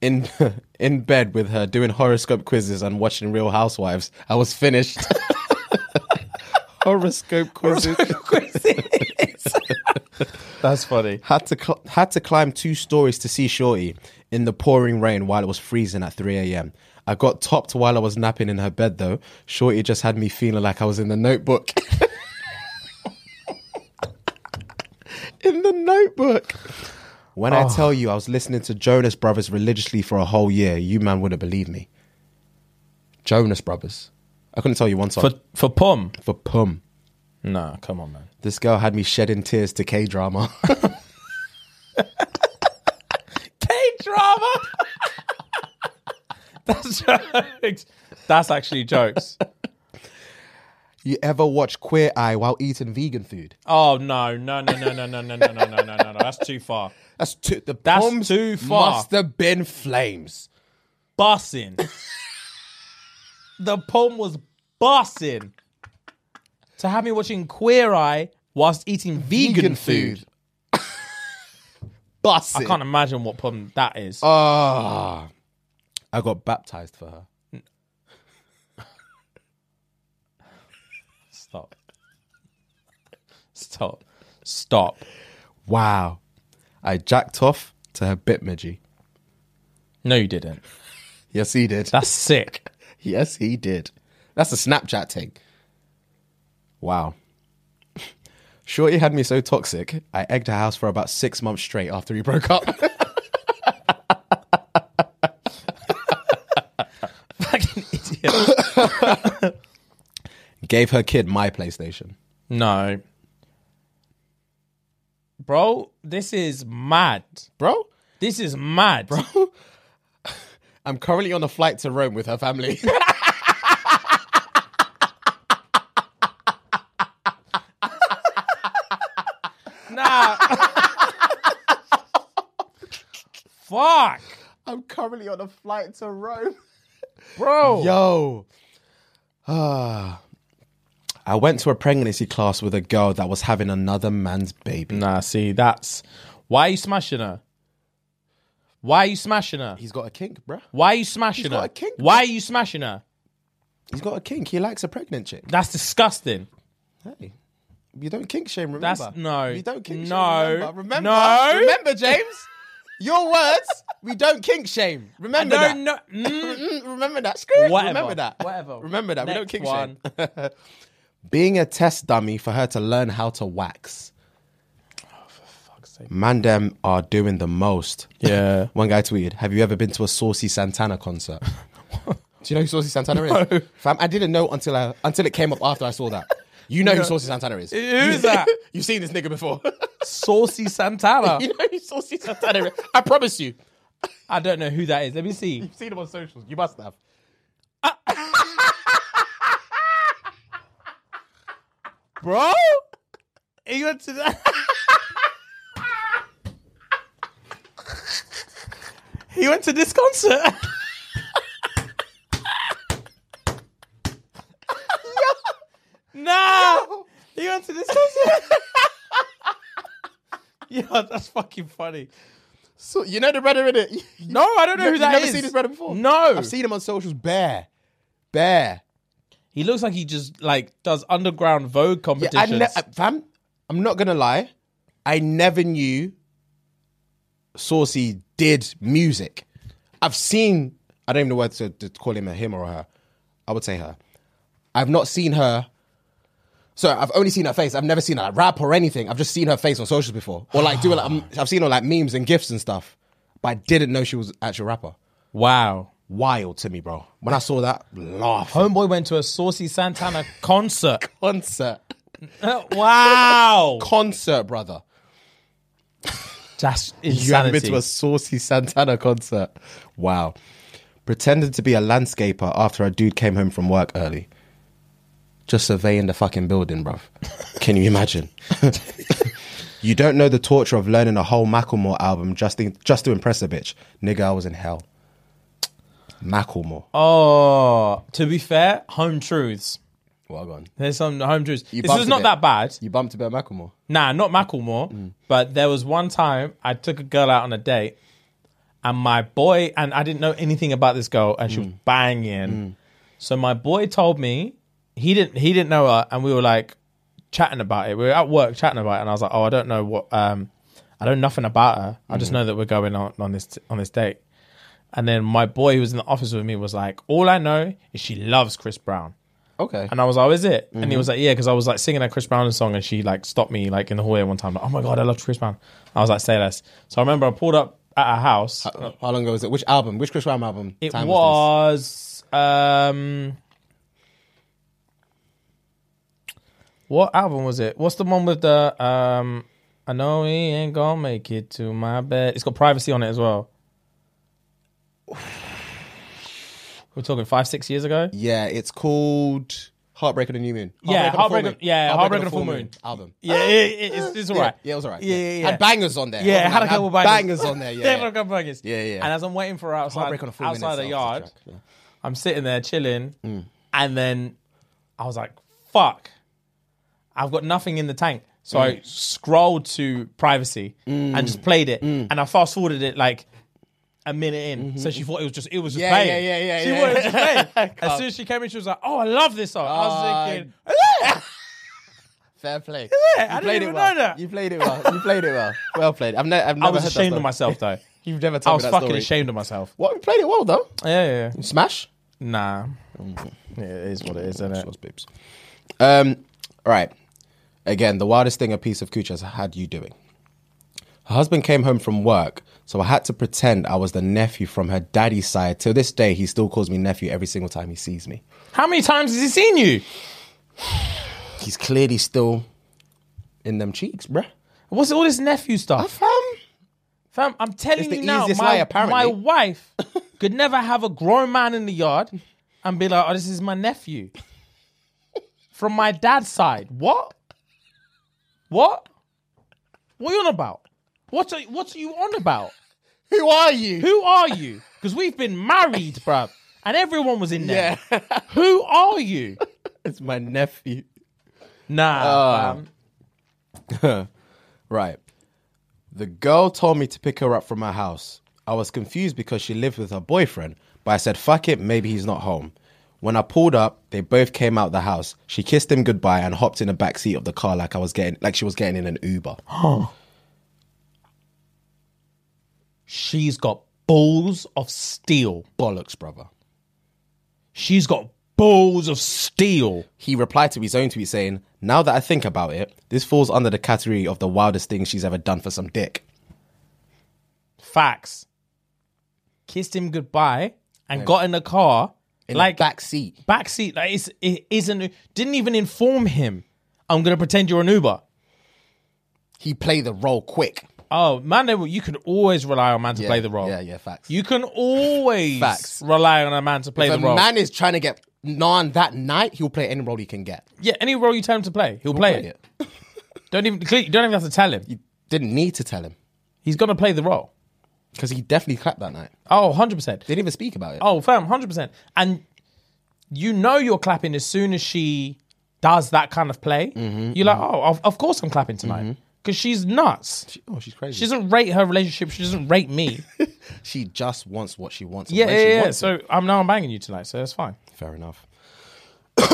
in in bed with her doing horoscope quizzes and watching Real Housewives. I was finished. horoscope quizzes.
That's funny.
had to cl- had to climb two stories to see Shorty in the pouring rain while it was freezing at 3 a.m. I got topped while I was napping in her bed though. Shorty just had me feeling like I was in the notebook. in the notebook. When I tell you I was listening to Jonas Brothers religiously for a whole year, you man wouldn't believe me. Jonas Brothers. I couldn't tell you one song.
for
For,
for Pum.
Pum.
Nah, come on, man.
This girl had me shedding tears to K drama.
K drama. That's jokes. That's actually jokes.
you ever watch Queer Eye while eating vegan food?
Oh no, no, no, no, no, no, no, no, no, no, no, no, no. That's too far.
That's too, the
That's
bombs
too far.
Must have been flames.
Bussing. the poem was bussing. To have me watching Queer Eye whilst eating vegan, food.
Bust
I can't imagine what poem that
Oh.
is.
Ah, I got baptized for her.
Stop. Stop. Stop.
Wow. I jacked off to her bitmoji.
No, you didn't.
Yes, he did.
That's sick.
yes, he did. That's a Snapchat thing. Wow. Shorty had me so toxic, I egged her house for about six months straight after we broke up.
Fucking idiot.
Gave her kid my PlayStation.
No. Bro, this is mad.
Bro,
This is mad. Bro.
I'm currently on a flight to Rome with her family.
Nah. Fuck.
I'm currently on a flight to Rome.
Bro.
Yo. Ah. I went to a pregnancy class with a girl that was having another man's baby.
Nah, see, that's why are you smashing her? Why are you smashing her?
He's got a kink, bruh.
Why are you smashing
got
her?
a kink,
Why are you smashing her?
He's got a kink. He likes a pregnant chick.
That's disgusting.
Hey. You don't kink shame, remember?
That's- no.
You don't
No.
kink shame. Remember? Remember,
No.
remember James? Your words, we don't kink shame. Remember that.
No, no. mm.
Mm, remember that. Screw it.
Whatever.
Remember that.
Whatever.
Remember that. we don't
Next
kick
one.
shame. Being a test dummy for her to learn how to wax. Man, them are doing the most.
Yeah.
One guy tweeted, "Have you ever been to a Saucy Santana concert?" Do you know who Saucy Santana is? Fam, I didn't know until I, until it came up after I saw that. You know who Saucy Santana is?
Who's that?
You've seen this nigga before.
Saucy Santana.
you know who Saucy Santana is? I promise you.
I don't know who that is. Let me see.
You've seen him on socials. You must have.
Bro? Are you into that? he went to this concert. nah. He went to this concert. yeah, that's fucking funny.
So you know the brother in it.
No, I don't know who
You've
that
never
is.
seen this brother before?
No.
I've seen him on socials. Bear, bear.
He looks like he just like does underground Vogue
Yeah, I
competitions.
ne- I- fam, I'm not gonna lie. I never knew Saucy did music. I've seen. I don't even know whether to, to call him a him or a her. I would say her. I've not seen her. So I've only seen her face. I've never seen her like, rap or anything. I've just seen her face on socials before, or like doing. Like, um, I've seen her like memes and gifs and stuff, but I didn't know she was an actual rapper.
wow.
Wild to me, bro. When I saw that, laugh.
Homeboy went to a Saucy Santana concert.
Concert,
wow.
concert, brother.
That's
You haven't been
insanity.
to a saucy Santana concert. Wow. Pretended to be a landscaper after a dude came home from work early. Just surveying the fucking building, bruv. Can you imagine? you don't know the torture of learning a whole Macklemore album just, in, just to impress a bitch. Nigga, I was in hell. Macklemore. Oh.
oh, to be fair, home truths.
Well gone.
There's some home truths.
You
this
bumped
was
a
not
bit.
that bad.
You bumped a bit of Macklemore.
Nah, not Macklemore, but there was one time I took a girl out on a date, and my boy and I didn't know anything about this girl, and she was banging. So my boy told me he didn't he didn't know her, and we were like chatting about it. We were at work chatting about it, and I was like, oh, I don't know what um, I don't know nothing about her. I just know that we're going on on this on this date. And then my boy who was in the office with me was like, all I know is she loves Chris Brown.
Okay.
And I was like, oh, is it? And
Mm-hmm.
he was like, yeah, because I was like singing a Chris Brown song and she like stopped me like in the hallway one time, like, oh my God, I love Chris Brown. I was like, say less. So I remember I pulled up at her house.
How long ago was it? Which album? Which Chris Brown album?
It
time
was um What album was it? What's the one with the um I know he ain't gonna make it to my bed. It's got privacy on it as well. We're talking five, six years ago.
this? Yeah, it's called Heartbreak of the New Moon.
Yeah,
on the Full
Heartbreak
Moon.
of- yeah, Heartbreak
on
of the Full Moon.
album.
Yeah, it, it- it's, it's all right.
Yeah, it was alright.
Yeah, yeah, yeah.
Had bangers on there.
Yeah, it had a
Had
couple bangers.
bangers on there, yeah.
They had a couple bangers.
Yeah, yeah.
And as I'm waiting for her outside,
Heartbreak on a Full Moon
outside the
itself
yard,
is a track, Mm.
I'm sitting there chilling, and then I was like, "Fuck, I've got nothing in the tank." So I
Mm.
scrolled to privacy and just played it,
Mm.
and I fast forwarded it like a minute in. So she thought it was just it was just
Mm-hmm. Yeah,
playing.
yeah, yeah, yeah,
She
yeah.
thought it was just playing. as soon as she came in, she was like, "Oh, I love this song." I
Ah,
was thinking,
Fair play.
"Yeah, I didn't
played
even
it well.
know that."
You played it well. You played it well. Well played. I've, ne- I've never
I was
heard that
ashamed of
story.
myself though.
You've never
I
told me
was
that
fucking
story.
ashamed of myself.
What? You played it well though.
Yeah, yeah, yeah.
Smash.
Nah. Yeah, it is what it is, isn't it?
Those babes. Um. All right. Again, the wildest thing a piece of cooch has had you doing. Her husband came home from work, so I had to pretend I was the nephew from her daddy's side. Till this day, he still calls me nephew every single time he sees me.
How many times has he seen you?
He's clearly still in them cheeks, bruh.
What's all this nephew stuff?
Fam.
Fam, I'm telling
It's the
you now,
easiest
my,
lie, apparently.
my wife could never have a grown man in the yard and be like, oh, this is my nephew. From my dad's side. What? What? What are you on about? What are, what are you on about?
Who are you?
Who are you? Because we've been married, bruv. And everyone was in there. Who are you?
It's my nephew.
Nah.
Uh.
fam.
Right. The girl told me to pick her up from her house. I was confused because she lived with her boyfriend, but I said, fuck it, maybe he's not home. When I pulled up, they both came out the house. She kissed him goodbye and hopped in the back seat of the car like I was getting like she was getting in an Uber.
She's got balls of steel.
Bollocks, brother.
She's got balls of steel.
He replied to his own tweet saying, Now that I think about it, this falls under the category of the wildest thing she's ever done for some dick.
Facts. Kissed him goodbye and got in the car.
In
like
the back seat.
backseat. Like it's, it isn't. Didn't even inform him. I'm gonna pretend you're an Uber.
He played the role quick.
Oh man, they, were- you can always rely on man to
Yeah,
play the role.
yeah, yeah, facts.
You can always
Facts.
rely on a man to play
If a
the role.
man is trying to get non that night, he'll play any role he can get.
yeah, any role you tell him to play, he'll play,
play
it. don't even you don't even have to tell him.
Didn't need to tell him.
He's gonna play the role.
Because he definitely clapped that night.
Oh, 100 percent.
Didn't even speak about it.
Oh, fam, hundred percent. And you know you're clapping as soon as she does that kind of play. You're like, oh, of, of course I'm clapping tonight because she's nuts. Mm-hmm. She,
Oh, she's crazy.
doesn't rate her relationship. She doesn't rate me.
she just wants what she wants. and
yeah,
when she
yeah, yeah.
wants it.
So I'm now I'm banging you tonight, so that's fine.
Fair enough.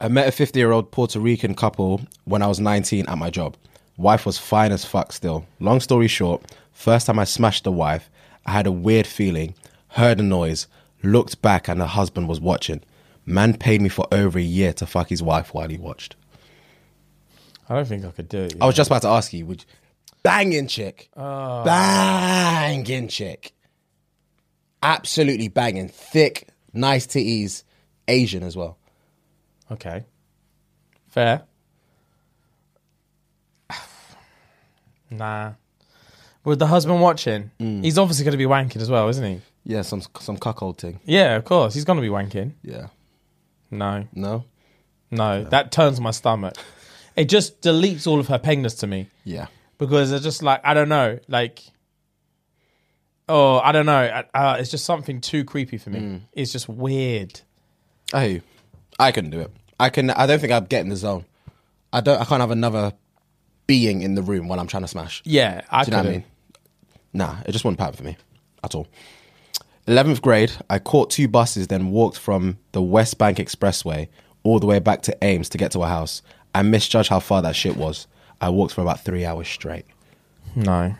I met a 50 year old Puerto Rican couple when I was 19 at my job. Wife was fine as fuck still. Long story short, first time I smashed the wife, I had a weird feeling, heard a noise, looked back, and her husband was watching. Man paid me for over a year to fuck his wife while he watched.
I don't think I could do it.
I was just about to ask you, would you, banging chick, banging chick, absolutely banging, thick, nice titties, Asian as well.
Okay, fair. nah. With the husband watching, he's obviously going to be wanking as well, isn't he?
Yeah, some some cuckold thing.
Yeah, of course, he's going to be wanking.
Yeah,
No,
no,
No, that turns my stomach. It just deletes all of her pengness to me
yeah.
because it's just like I don't know, like oh I don't know. I- Uh, it's just something too creepy for me. It's just weird.
I hear you. I couldn't do it. I can. I don't think I'd get in the zone. I don't. I can't have another being in the room when I'm trying to smash.
Yeah, I
Do you know what I
couldn't.
mean? Nah, it just wasn't pattern for me at all. 11th grade, I caught two buses, then walked from the West Bank Expressway all the way back to Ames to get to our house. I misjudged how far that shit was. I walked for about three hours straight.
No.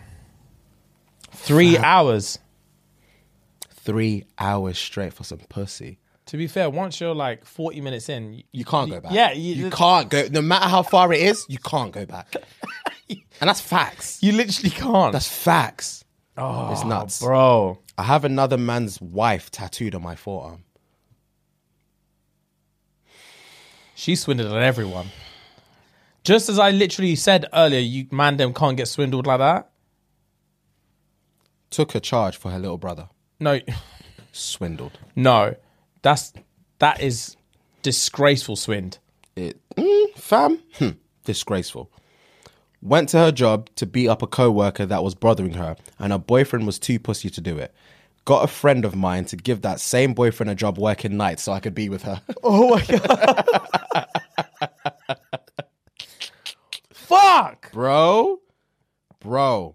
Three hours.
Three hours straight for some pussy.
To be fair, once you're like 40 minutes in, you,
You can't go back.
Yeah,
you,
you-
can't go. No matter how far it is, you can't go back. and that's facts.
you literally can't.
That's facts. Oh, it's nuts.
bro.
I have another man's wife tattooed on my forearm.
She swindled on everyone. Just as I literally said earlier, you man them can't get swindled like that.
Took a charge for her little brother.
No,
Swindled.
no, that's that is disgraceful swindle.
It, mm, fam, hmm, disgraceful. Went to her job to beat up a co-worker that was bothering her, and her boyfriend was too pussy to do it. Got a friend of mine to give that same boyfriend a job working nights so I could be with her.
Fuck.
bro bro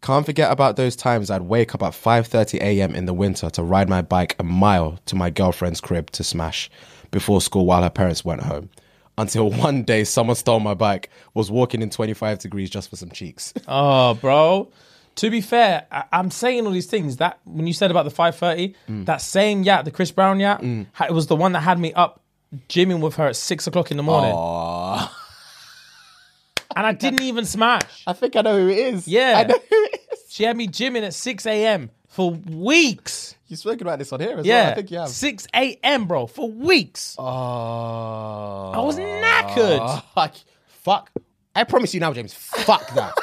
can't forget about those times i'd wake up at 5.30 a.m in the winter to ride my bike a mile to my girlfriend's crib to smash before school while her parents weren't home until one day someone stole my bike was walking in 25 degrees just for some cheeks
Oh, bro. To be fair, I- I'm saying all these things that when you said about the 5:30,
Mm.
that same yacht, the Chris Brown yacht, ha- it was the one that had me up gymming with her at six o'clock in the morning, and I didn't even smash.
i think i know who it is
Yeah.
i know who it is
She had me gymming at 6 a.m. for weeks.
you've spoken about this on here as
Yeah,
well i think you have
6 a.m., bro, for weeks.
oh
I was knackered.
Fuck. Fuck. I promise you now, James. Fuck that.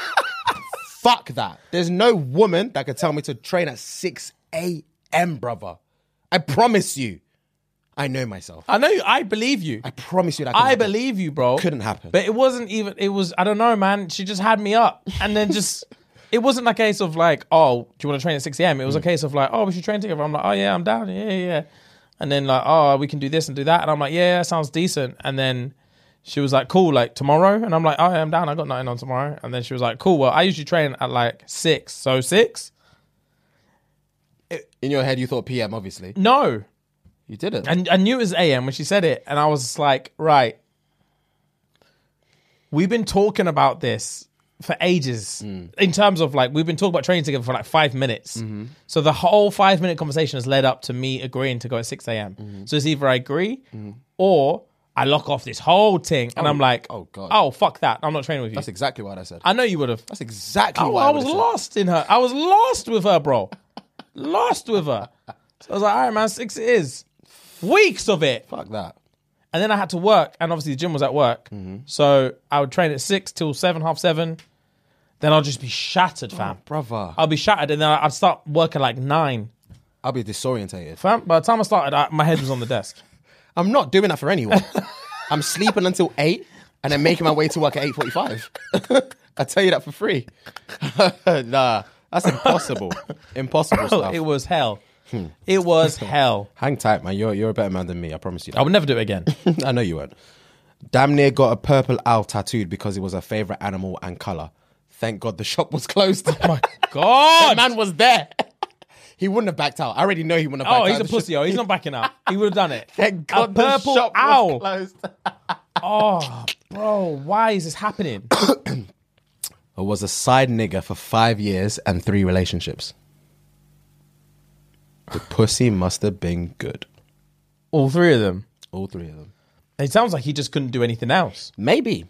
fuck that. There's no woman that could tell me to train at 6 a.m., brother. I promise you. I know myself.
I know. I believe you.
I promise you that.
I
couldn't happen.
believe you, bro.
Couldn't happen.
But it wasn't even. It was. I don't know, man. She just had me up, and then just. It wasn't a case of like, oh, do you want to train at six a.m. It
Mm.
was a case of like, oh, we should train together. I'm like, oh yeah, I'm down. Yeah, yeah. yeah. And then like, oh, we can do this and do that. And I'm like, yeah, yeah, sounds decent. And then she was like, cool, like tomorrow. And I'm like, oh, yeah, I'm down. I got nothing on tomorrow. And then she was like, cool. Well, I usually train at like six. So six?
In your head, you thought PM, obviously.
No,
You didn't.
And I knew it was AM when she said it, and I was just like, right. We've been talking about this for ages.
Mm.
In terms of like, we've been talking about training together for like five minutes.
Mm-hmm.
So the whole five minute conversation has led up to me agreeing to go at six a.m.
Mm-hmm.
So it's either I agree or I lock off this whole thing, and I'm like,
oh, God.
oh fuck that, I'm not training with you.
That's exactly what I said.
I know you would have.
That's exactly
I,
what
I
I,
was
would've said.
lost in her. I was lost with her, bro. lost with her. So I was like, all right, man, six it is. Weeks of it.
Fuck that.
And then I had to work, and obviously the gym was at work.
Mm-hmm.
So I would train at six till seven, half seven. Then I'll just be shattered,
Oh,
fam.
Brother.
I'll be shattered, and then I'd start work at like nine.
I'll be disorientated.
Fam, by the time I started, I, my head was on the desk.
I'm not doing that for anyone. I'm sleeping until eight and then making my way to work at eight forty-five. I tell you that for free. nah, that's impossible. impossible stuff.
it was hell.
Hmm.
It was hell.
Hang tight, man. You're you're a better man than me. I promise you.
I
That.
would never do it again.
I know you weren't. Damn near got a purple owl tattooed because it was her favorite animal and color. Thank God the shop was closed.
my God.
the man was there. he wouldn't have backed out. I already know he wouldn't have.
Oh,
backed
he's
out
a
of the
pussy.
shop.
Oh, he's not backing out. He would have done it.
Thank God
a
the
purple
shop was
owl.
closed.
Oh, bro, why is this happening?
I was a side nigger for five years and three relationships. The pussy must have been good.
All three of them.
All three of them.
It sounds like he just couldn't do anything else.
Maybe.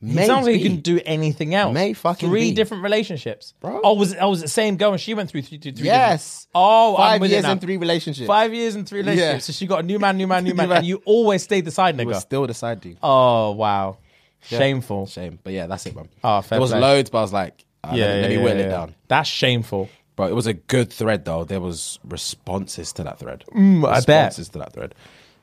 Maybe.
It sounds like he couldn't do anything else.
May fucking
three
be.
different relationships.
Bro.
Oh, was I was the same girl and she went through three, three, three
Yes.
different- Oh, I'm
Five
with it
years
now.
and three relationships.
Five years and three relationships.
Yeah.
So she got a new man, new man, new man,
man.
and you always stayed the side
It was
nigga.
still the side dude.
oh wow, shameful.
Shame. But yeah, that's it, man.
Oh, fair
There was
play.
loads, but I was like, ah,
Yeah,
let,
yeah,
me- let me
yeah,
whittle
yeah.
it down.
That's shameful.
Bro, it was a good thread though. There was responses to that thread.
Mm, I bet.
Responses to that thread.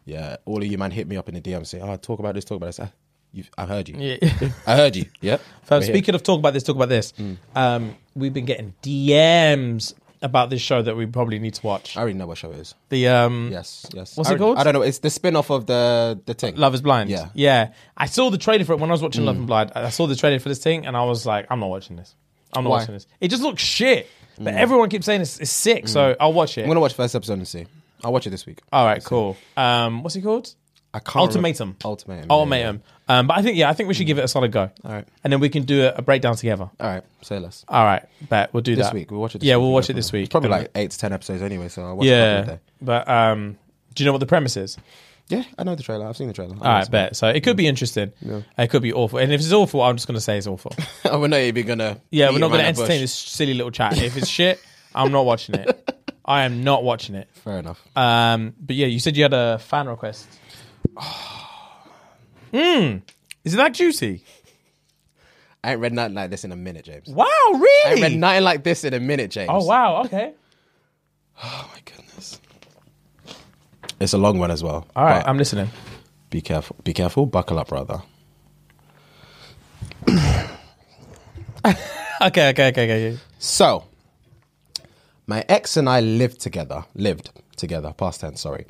Yeah. All of you man hit me up in the DM say, Oh, talk about this, talk about this. Ah, you've, I heard you.
Yeah.
I heard you. Yep.
Fam,
We're here.
Um, speaking of talk about this, talk about this.
Mm.
Um, we've been getting DMs about this show that we probably need to watch.
I already know what show it is.
The um,
Yes, yes.
What's
I
it called?
I don't know. It's the spin off of the the thing.
Love is Blind.
Yeah. Mm.
yeah. I saw the trailer for it when I was watching Love and Blind. I I saw the trailer for this thing, and I was like, I'm not watching this. I'm not
Why? Mm.
watching this. It just looks shit. But everyone keeps saying it's, it's sick, so I'll watch it.
I'm gonna watch first episode and see. I'll watch it this week.
All right, cool. Um, what's it called?
I can't. remember-
Ultimatum.
Ultimatum. yeah,
Ultimatum. Um, but I think yeah, I think we should give it a solid go. All
right.
and then we can do a, a breakdown together.
yeah. All right. Say less.
All right, bet we'll do
This
that
week we'll watch it. This
yeah,
week.
we'll watch it this
It's
week.
probably
And-
like eight to ten episodes anyway, so I'll watch it
yeah,
probably today.
but um, Do you know what the premise is?
Yeah, I know the trailer. I've seen the trailer.
All right, bet. So it could be interesting. It could be awful. And if it's awful, I'm just going to say it's awful.
I we're not even gonna.
Yeah,
beat
we're not going to
around the
entertain
bush.
this silly little chat. If it's shit, I'm not watching it. I am not watching it.
Fair enough.
Um, but yeah, you said you had a fan request. Mmm. Is it that juicy?
I ain't read nothing like this in a minute, James.
Wow,
I ain't read
really?
nothing like this in a minute, James.
Oh wow. Okay.
Oh my goodness. It's a long one as well.
All right,
but
I'm listening.
be careful. Be careful. Buckle up, brother.
Okay, okay, okay, okay. okay.
So, my ex and I lived together. Lived together. Past tense. Sorry.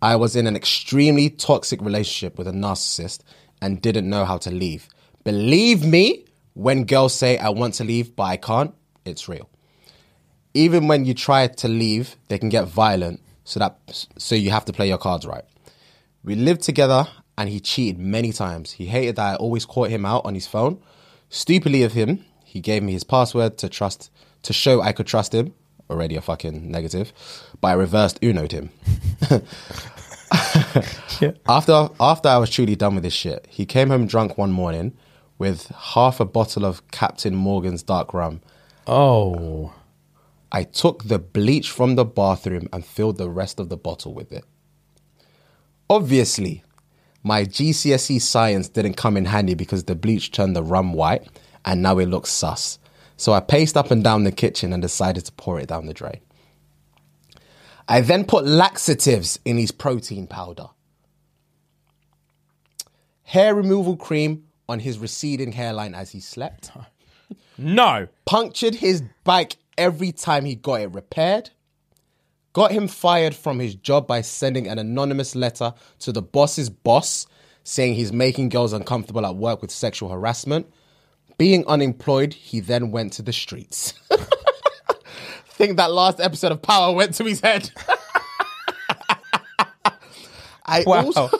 I was in an extremely toxic relationship with a narcissist and didn't know how to leave. Believe me, when girls say I want to leave but I can't, it's real. even when you try to leave, they can get violent. So that so you have to play your cards right. We lived together, and he cheated many times. He hated that I always caught him out on his phone. Stupidly of him, he gave me his password to trust to show I could trust him. Already a fucking negative, but I reversed Uno'd him. After after I was truly done with this shit, he came home drunk one morning with half a bottle of Captain Morgan's dark rum
Oh.
I took the bleach from the bathroom and filled the rest of the bottle with it. Obviously, my GCSE E science didn't come in handy because the bleach turned the rum white and now it looks sus. So I paced up and down the kitchen and decided to pour it down the drain. I then put laxatives in his protein powder, hair removal cream on his receding hairline as he slept
No.
punctured his bike every time he got it repaired, got him fired from his job by sending an anonymous letter to the boss's boss saying he's making girls uncomfortable at work with sexual harassment. Being unemployed, he then went to the streets. Think that last episode of Power went to his head. I
Wow.
also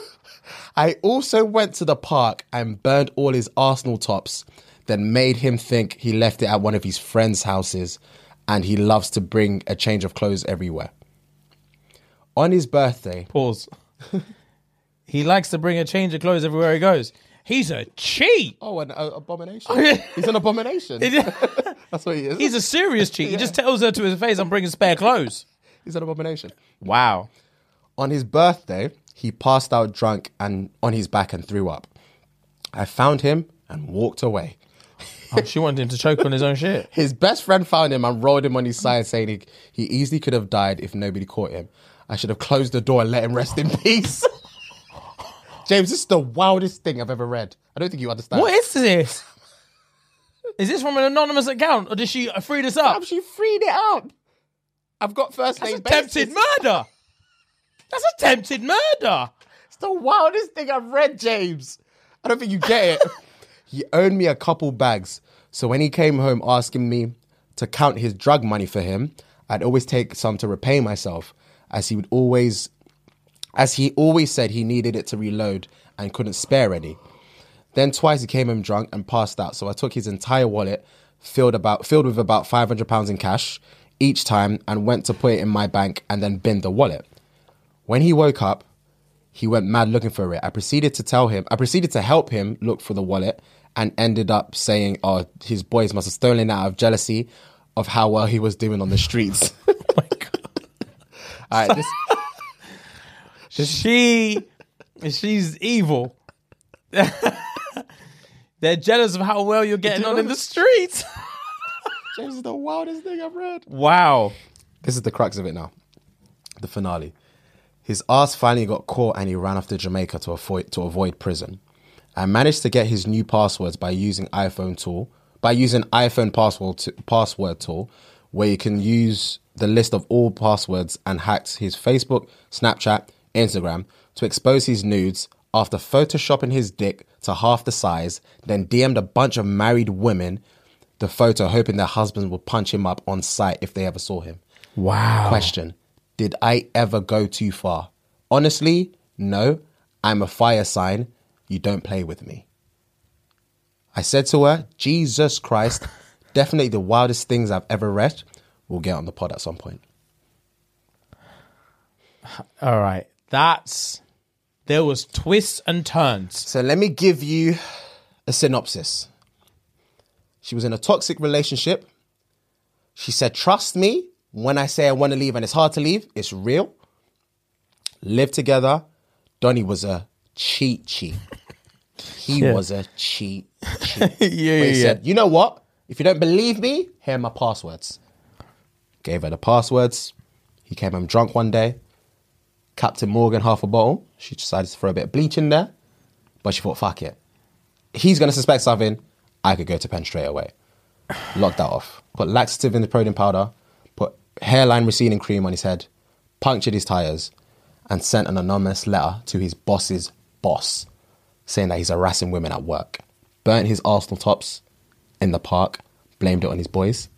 I also went to the park and burned all his Arsenal tops, then made him think he left it at one of his friends' houses and he loves to bring a change of clothes everywhere. On his birthday,
Pause. he likes to bring a change of clothes everywhere he goes. He's a cheat.
oh, an uh, abomination. He's an abomination. That's what he is.
He's a serious cheat. He just tells her to his face, "I'm bringing spare clothes."
He's an abomination.
Wow.
On his birthday, he passed out drunk and on his back and threw up. I found him and walked away.
Oh, she wanted him to choke on his own shit.
His best friend found him and rolled him on his side, saying he, he easily could have died if nobody caught him. I should have closed the door and let him rest in peace. James, this is the wildest thing I've ever read. I don't think you understand.
What is this? Is this from an anonymous account, or did she uh, free this up?
Fam, She freed it up. I've got first
That's
name
attempted
basis.
murder. That's attempted murder.
It's the wildest thing I've read, James. I don't think you get it. he owned me a couple bags. So when he came home asking me to count his drug money for him, I'd always take some to repay myself, as he would always as he always said he needed it to reload and couldn't spare any. Then twice he came home drunk and passed out, so I took his entire wallet, filled about filled with about five hundred pounds in cash each time, and went to put it in my bank and then bin the wallet. When he woke up, he went mad looking for it. I proceeded to tell him, I proceeded to help him look for the wallet and ended up saying, Oh, his boys must have stolen it out of jealousy of how well he was doing on the streets.
Oh my God.
All right, this,
She, she's evil. They're jealous of how well you're getting on in the streets.
James is the wildest thing I've read.
Wow.
This is the crux of it now. The finale. His ass finally got caught and he ran off to Jamaica to avoid to avoid prison. I managed to get his new passwords by using iPhone tool by using iPhone password to, password tool where you can use the list of all passwords and hacked his Facebook, Snapchat, Instagram to expose his nudes after photoshopping his dick to half the size, then DM'd a bunch of married women the photo hoping their husbands would punch him up on sight if they ever saw him. Oh.
Wow.
Question Did I ever go too far? Honestly, no. I'm a fire sign. You don't play with me. I said to her, Jesus Christ, definitely the wildest things I've ever read. We'll get on the pod at some point.
All right. That's there was twists and turns.
So let me give you a synopsis. She was in a toxic relationship. She said, Trust me when I say I want to leave and it's hard to leave, it's real. Lived together. Donnie was a cheat cheat. He was a cheat cheat.
Yeah,
But he said, You know what? If you don't believe me, here are my passwords. Gave her the passwords. He came home drunk one day. Captain Morgan half a bottle. She decided to throw a bit of bleach in there, but she thought, fuck it. He's going to suspect something. I could go to pen straight away. Locked that off. Put laxative in the protein powder, put hairline receding cream on his head, punctured his tires, and sent an anonymous letter to his boss's boss saying that he's harassing women at work. Burnt his Arsenal tops in the park, blamed it on his boys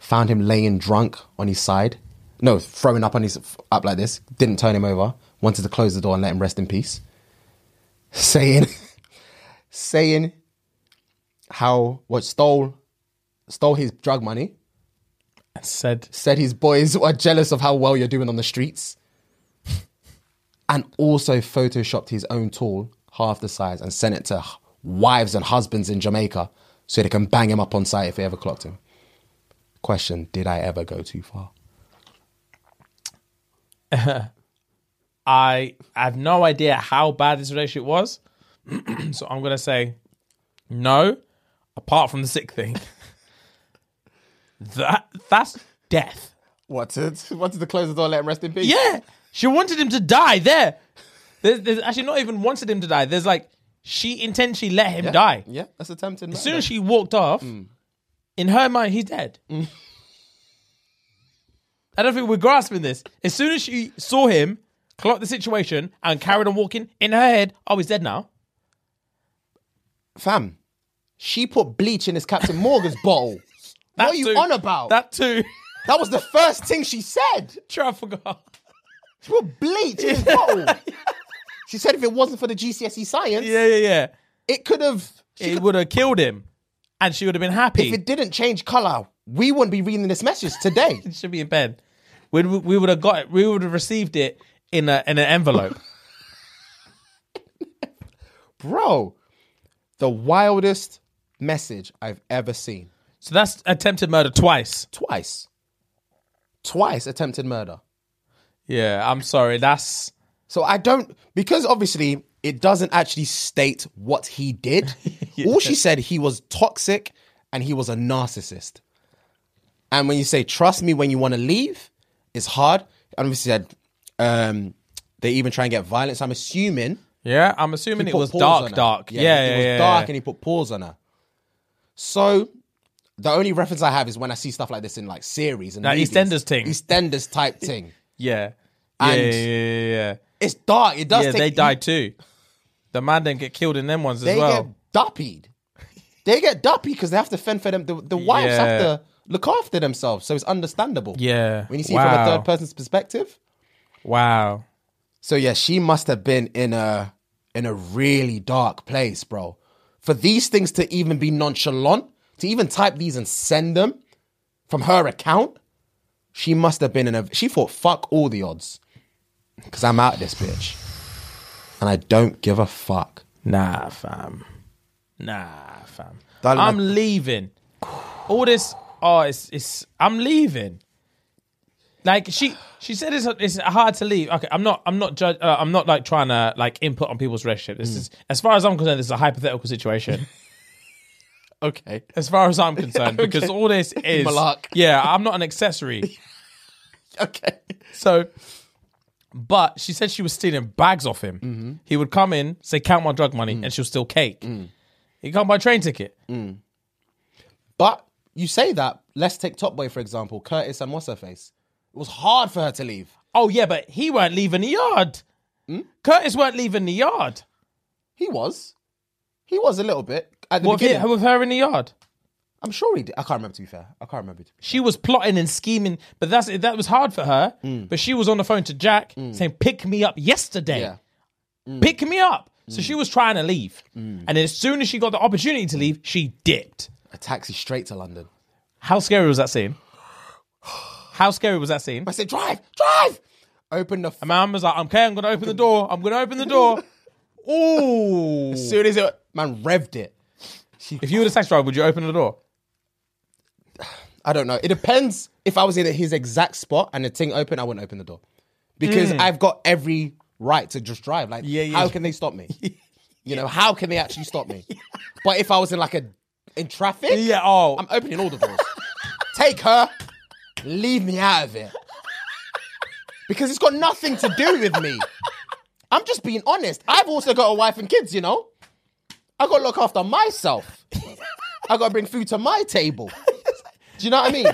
found him laying drunk on his side. No, throwing up on his up like this. Didn't turn him over. Wanted to close the door and let him rest in peace. Saying, saying how what stole stole his drug money.
I said
Said his boys are jealous of how well you're doing on the streets. and also photoshopped his own tool half the size and sent it to wives and husbands in Jamaica so they can bang him up on site if they ever clocked him. Question: Did I ever go too far?
I I have no idea how bad this relationship was. so I'm gonna say no, apart from the sick thing. that that's death.
What to what to close the door, let him rest in peace?
Yeah, she wanted him to die. There, there's, there's actually not even wanted him to die. There's like she intentionally let him die.
yeah, that's attempted.
As soon as she walked off,
Mm.
in her mind, he's dead. I don't think we're grasping this. As soon as she saw him, clocked the situation, and carried on walking, in her head, oh, he's dead now.
fam, she put bleach in his Captain Morgan's bottle.
That
what are you
too-
on about? That,
That too.
was the first thing she said.
Sure, I forgot.
She put bleach in his bottle. She said if it wasn't for the GCSE E science,
Yeah, yeah, yeah.
it could have.
It would have killed him, and she would have been happy.
If it didn't change color, we wouldn't be reading this message today.
It should be in bed. We'd, we would have got it. We would have received it in a in an envelope.
Bro, the wildest message I've ever seen.
so that's attempted murder twice.
Twice. Twice attempted murder.
Yeah, I'm sorry. That's
So I don't because obviously it doesn't actually state what he did. All she said he was toxic and he was a narcissist. And when you say trust me when you want to leave, it's hard. And obviously said um, they even try and get violence. I'm assuming
yeah. I'm assuming
he
it
put
was
paws on
dark,
her.
dark. Yeah, yeah,
it
yeah.
was
yeah.
dark, and he put paws on her. So the only reference I have is when I see stuff like this in like series and
That
movies.
EastEnders thing.
EastEnders type thing.
Yeah. Yeah,
And-
yeah, yeah, yeah,
It's dark. It
yeah.
does.
Yeah,
take,
they died too. The man didn't get killed in them ones as
they
well.
get duppied. They get duppied because they have to fend for them. The, the wives
Yeah.
have to look after themselves, so it's understandable.
Yeah.
when you see it
Wow.
from a third person's perspective.
Wow.
So yeah, she must have been in a in a really dark place, bro. For these things to even be nonchalant, to even type these and send them from her account, she must have been in a. She thought, "Fuck all the odds," because I'm out this bitch, and I don't give a fuck.
Nah, fam. Nah, fam.
Darling,
I'm leaving. All this, oh, it's, it's. I'm leaving. Like she, she said it's it's hard to leave. Okay, I'm not, I'm not judge, uh, I'm not like trying to like input on people's relationship.
Hmm.
This is, as far as I'm concerned, this is a hypothetical situation.
Okay,
as far as I'm concerned, because all this is
Malark.
Yeah, I'm not an accessory.
okay.
So, but she said she was stealing bags off him. He would come in, say, "Count my drug money," and she'll steal cake. He can't buy a train ticket.
But you say that, let's take Top Boy, for example, Curtis and what's her face. It was hard for her to leave.
Oh yeah, but he weren't leaving the yard. Curtis weren't leaving the yard.
He was. He was a little bit. At the
With,
beginning.
her, with her in the yard,
I'm sure he did. I can't remember, to be fair. I can't remember.
she was plotting and scheming. But that's that was hard for her. But she was on the phone to Jack saying, "Pick me up yesterday.
Yeah.
Pick me up." So she was trying to leave, and as soon as she got the opportunity to leave, she dipped.
A taxi straight to London.
How scary was that scene? How scary was that scene?
I said, drive, drive. Open the. F-
And my mum was like, okay, I'm going to open the door. I'm going to open the door. Ooh.
as soon as it, man, revved it.
If you were the taxi driver, would you open the door?
I don't know. It depends. If I was in his exact spot and the thing open, I wouldn't open the door because I've got every right to just drive. Like,
Hmm. Yeah, yeah.
how can they stop me? You know, how can they actually stop me? But if I was in like a in traffic,
Yeah, oh.
I'm opening all the doors. Take her, leave me out of it because it's got nothing to do with me. I'm just being honest. I've also got a wife and kids. You know, I got to look after myself. I got to bring food to my table. Do you know what I mean?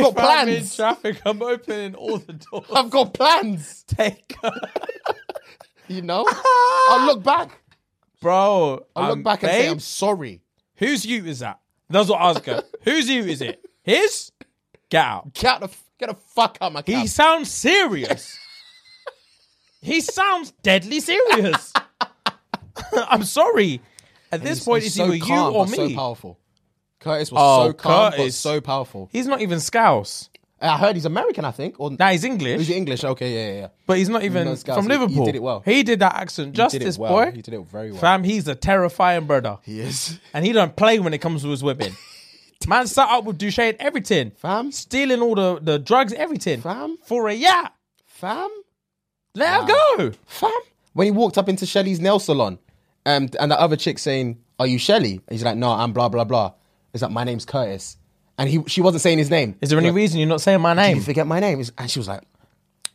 If
got
I'm in
plans.
traffic, I'm opening all the doors.
I've got plans.
Take
You know, I'll look back.
Bro, um,
I'll look back and say
babe,
I'm sorry.
whose you is that? That's what I was going. Whose you is it? His? Get out.
Get out the f- get the fuck out my
He
cab.
sounds serious. he sounds deadly serious. I'm sorry. At this point, it's
so
either
calm,
you or
but
me.
So powerful. Curtis was
Oh,
so calm, but
Curtis.
so powerful.
He's not even Scouse.
And I heard he's American, I think, or
Now he's English,
he's English. Okay, yeah, yeah, yeah.
but he's not even
No, Scouse.
from
He- he
Liverpool.
did it well.
He did that accent
He
justice,
did it well.
boy.
He did it very well.
Fam, he's a terrifying brother.
He is.
And he don't play when it comes to his whipping. Man sat up with Duche and everything.
Fam.
Stealing all the, the drugs, everything.
Fam.
For a yeah.
Fam,
Let her go.
fam. When he walked up into Shelly's nail salon, um, and the other chick saying, "Are you Shelly?" And he's like, "No, I'm blah blah blah." He's like, "My name's Curtis," and he she wasn't saying his name.
Is there any reason you're not saying my
Did you
name?
forget my name? He's- And she was like,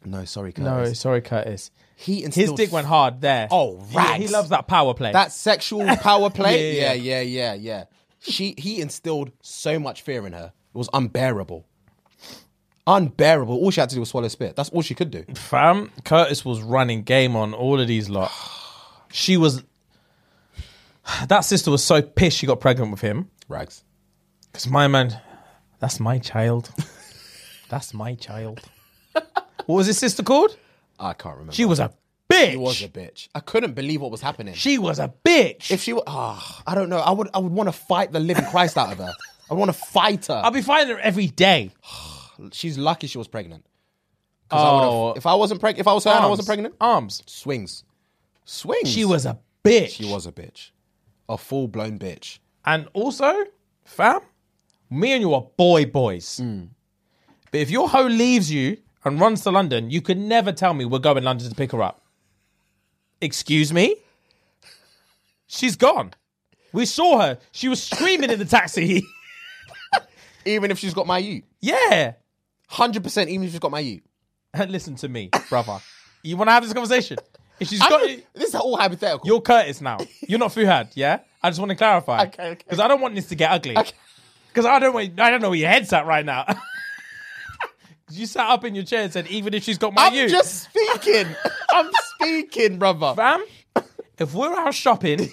"No, sorry,
No,
Curtis."
sorry, Curtis.
he
His
instilled
dick went hard there.
Oh,
He-
rags.
He, loves that power play.
That sexual power play.
Yeah,
yeah, yeah, yeah, yeah. She he instilled so much fear in her. It was unbearable. Unbearable. All she had to do was swallow spit. That's all she could do.
Fam, Curtis was running game on all of these lot. She was. That sister was so pissed she got pregnant with him.
Rags.
Because my man, that's my child. that's my child. what was his sister called?
I can't remember.
She was a bitch.
She was a bitch. I couldn't believe what was happening.
She was a bitch.
If she were, ah, I don't know. I would, I would want to fight the living Christ out of her. I want to fight her.
I'll be finding her every day.
She's lucky she was pregnant. 'Cause I would've-
Oh,
if I wasn't pregnant, if I was her and I
arms,
wasn't pregnant,
Arms.
swings, swings.
She was a bitch.
She was a bitch, a full blown bitch.
And also, fam, me and you are boy boys.
Mm.
But if your hoe leaves you and runs to London, you can never tell me we're going London to pick her up. Excuse me? She's gone. We saw her. She was screaming in the taxi.
Even if she's got my ute,
yeah.
hundred percent. Even if she's got my ute,
And listen to me, brother. You want to have this conversation? If she's
I
got
don't- this is all hypothetical.
You're Curtis now. You're not Fuhad, yeah? I just want to clarify.
Okay, okay.
Because I don't want this to get ugly. Because I don't want, I don't know where your head's at right now. 'Cause you sat up in your chair and said, even if she's got my
I'm
you.
just speaking. I'm speaking, brother.
Fam, if we're out shopping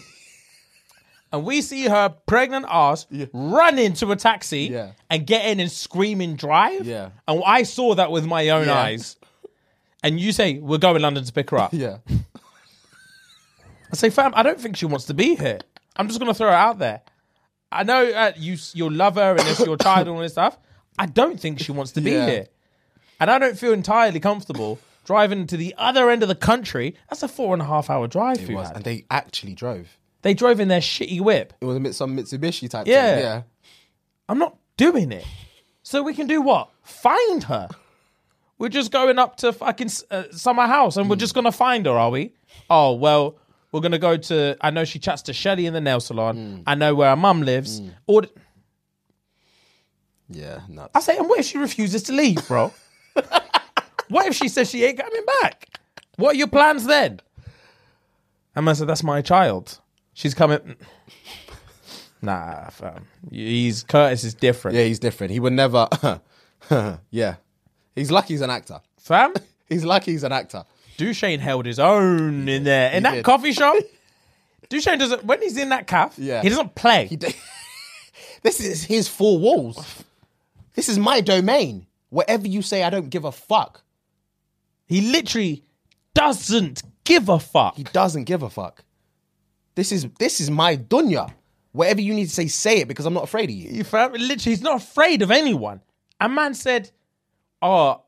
and we see her pregnant ass run into a taxi
Yeah.
and get in and scream and drive,
Yeah.
and I saw that with my own
Yeah.
eyes, and you say, we're going London to pick her up.
yeah,
I say, fam, I don't think she wants to be here. I'm just gonna throw her out there. I know uh, you you'll love her and it's your child and all this stuff. I don't think she wants to be
Yeah.
here, and I don't feel entirely comfortable driving to the other end of the country. That's a four and a half hour drive.
it
for you,
was.
man.
And they actually drove.
They drove in their shitty whip.
It was a Mits- some Mitsubishi type.
Yeah.
thing. yeah.
I'm not doing it. So we can do what? Find her. We're just going up to fucking uh, summer house and we're just going to find her, are we? Oh, well, we're going to go to. I know she chats to Shelly in the nail salon. I know where her mum lives. Or
Yeah, nuts.
I say, and what if she refuses to leave, bro? what if she says she ain't coming back? What are your plans then? And man said, that's my child. She's coming. Nah, fam. He's Curtis is different.
Yeah, he's different. He would never. yeah, he's lucky he's an actor.
Fam?
He's lucky he's an actor.
Duchesne held his own in there in that
did.
coffee shop. Duchesne doesn't when he's in that calf.
Yeah.
he doesn't play.
He d- this is his four walls. This is my domain. Whatever you say, I don't give a fuck.
he literally doesn't give a fuck.
He doesn't give a fuck. This is this is my dunya. Whatever you need to say, say it because I'm not afraid of you.
You fam- Literally, he's not afraid of anyone. A man said, "Oh,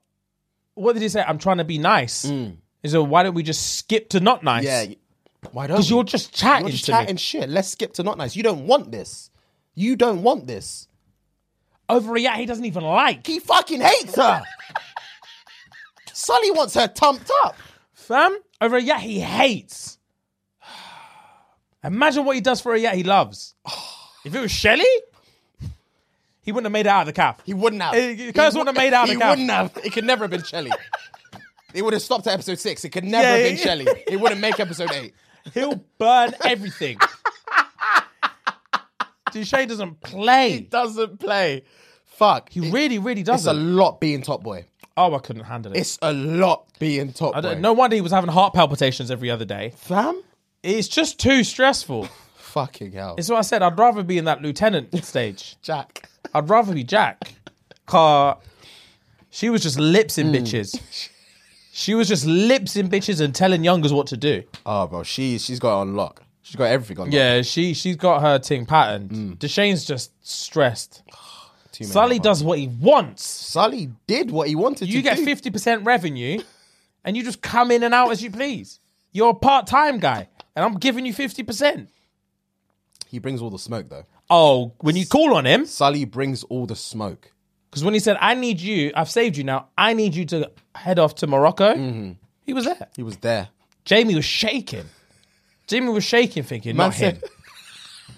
what did he say? I'm trying to be nice. He said, why don't we just skip to not nice?
Mm. Yeah. Why don't?
Because
you?
you're just chatting
You're just
to
chatting
me.
shit. Let's skip to not nice. You don't want this. You don't want this.
Overreact, he doesn't even like.
He fucking hates her. Sully wants her tumped up.
Fam, overreact, he hates. Imagine what he does for a yet he loves. If it was Shelly, he wouldn't have made it out of the calf.
He wouldn't have.
He- he Curse wouldn't
He wou-
have made it out of
He
the calf.
wouldn't have. It could never have been Shelly. it would have stopped at episode six. It could never
Yeah,
have been
yeah,
Shelley. It wouldn't make episode eight.
He'll burn everything. Duche doesn't
He
play.
doesn't play. Fuck.
He really, really
it's a
doesn't.
lot being top boy.
oh, I couldn't handle it.
It's a lot being top
I
boy.
don't, no wonder he was having heart palpitations every other day.
fam.
It's just too stressful.
Fucking hell.
It's what I said. I'd rather be in that lieutenant stage.
Jack.
I'd rather be Jack. Car, she was just lips
Hmm.
in bitches. She was just lips in bitches and telling youngers what to do.
Oh, bro. She she's got it on lock. She's got everything on lock.
Yeah, she she's got her thing patterned. Deshane's just stressed.
Hmm. Too many
Sully
of
does what he wants.
Sully did what he wanted
You
to
get
do.
fifty percent revenue, and you just come in and out as you please. You're a part-time guy, and I'm giving you fifty percent.
He brings all the smoke though.
Oh, when you call on him,
Sully brings all the smoke.
because when he said, "I need you," I've saved you now. I need you to head off to Morocco.
Mm-hmm.
He was there.
He was there.
Jamie was shaking. Jamie was shaking, thinking,
Man
"Not
said-
him,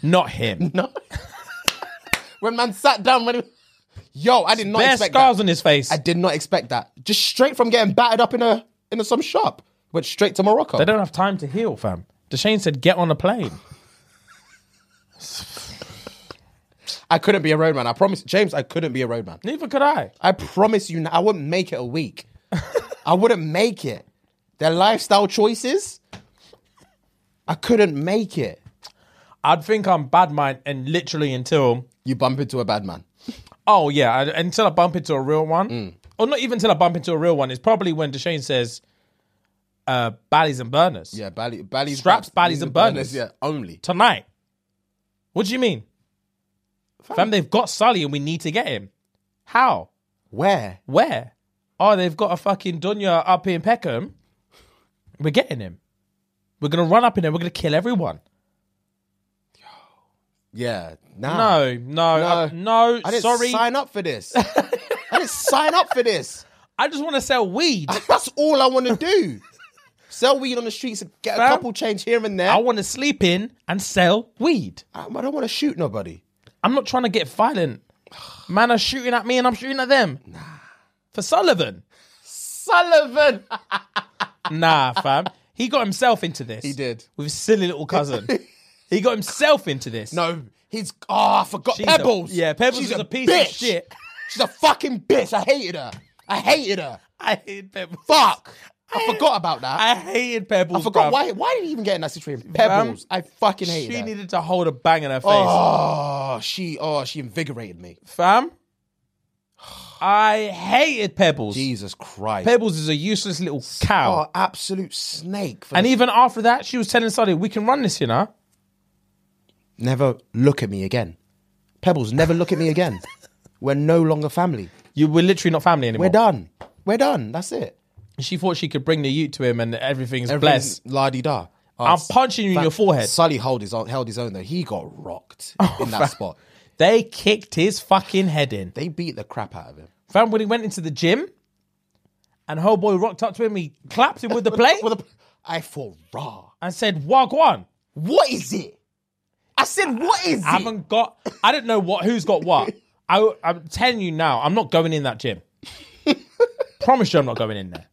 not him."
No. when man sat down when he... Yo, I did not
Bare
expect
scars
that.
on his face.
I did not expect that. Just straight from getting battered up in a in a, some shop. Went straight to Morocco.
They don't have time to heal, fam. Deshane said, "Get on a plane."
I couldn't be a roadman. I promise James I couldn't be a roadman.
Neither could I.
I promise you now, I wouldn't make it a week. I wouldn't make it. Their lifestyle choices, I couldn't make it.
I'd think I'm bad mind, and literally until
You bump into a bad man.
Oh yeah, I, until I bump into a real one,
Mm.
or not even until I bump into a real one. It's probably when Deshane says, uh, "Baddies and burners."
Yeah, Bally, Bally's
Straps, Bally's and burners.
Yeah, only.
Tonight, what do you mean, fam? they've got Sully, and we need to get him. How?
Where?
Where? Oh, they've got a fucking Dunya up in Peckham. We're getting him. We're gonna run up in there. We're gonna kill everyone.
Yeah. Nah.
No, no, uh, no.
Ah. I didn't
sorry,
sign up for this. I didn't sign up for this.
I just want to sell weed.
That's all I want to do. Sell weed on the streets and get a
Fam.
couple change here and there.
I
I w-
want to sleep in and sell weed.
I I don't want to shoot nobody.
I'm not trying to get violent. Man are shooting at me and I'm shooting at them. Nah. For Sullivan.
Sullivan.
Nah, fam. He got himself into this. He
did.
With his silly little cousin. he got himself into this.
No, he's. Oh, I forgot
She's a-
Pebbles.
yeah, Pebbles
She's
is a piece
bitch.
of shit.
She's a fucking bitch. I hated her. I hated her.
I hated Pebbles.
Fuck. I forgot about that.
I hated Pebbles.
I forgot
bruv.
why. Why did he even get in that situation? Pebbles. I fucking
She
hate that.
needed to hold a bang in her face.
oh, she. Oh, she invigorated me.
Fam. I hated Pebbles.
Jesus Christ.
Pebbles is a useless little cow.
Oh, absolute snake. For
and
the-
even after that, she was telling Sully, we can run this, you know?
never look at me again. Pebbles, never look at me again. We're no longer family.
You, we're literally not family anymore.
We're done. We're done. That's it.
She thought she could bring the ute to him and everything's blessed.
La di da.
I'm punching you in your forehead.
Oh,
Oh,
Sully held his own, held his own though. He got rocked in that spot.
They kicked his fucking head in.
They beat the crap out of him
Fam, when he went into the gym and whole boy rocked up to him, he clapped him with the plate
With a- I thought, raw.
and said, Wagwan.
What is it? I said, what is
I
it?
haven't got, I don't know what, who's got what. I, I'm telling you now, I'm not going in that gym. Promise you, I'm not going in there.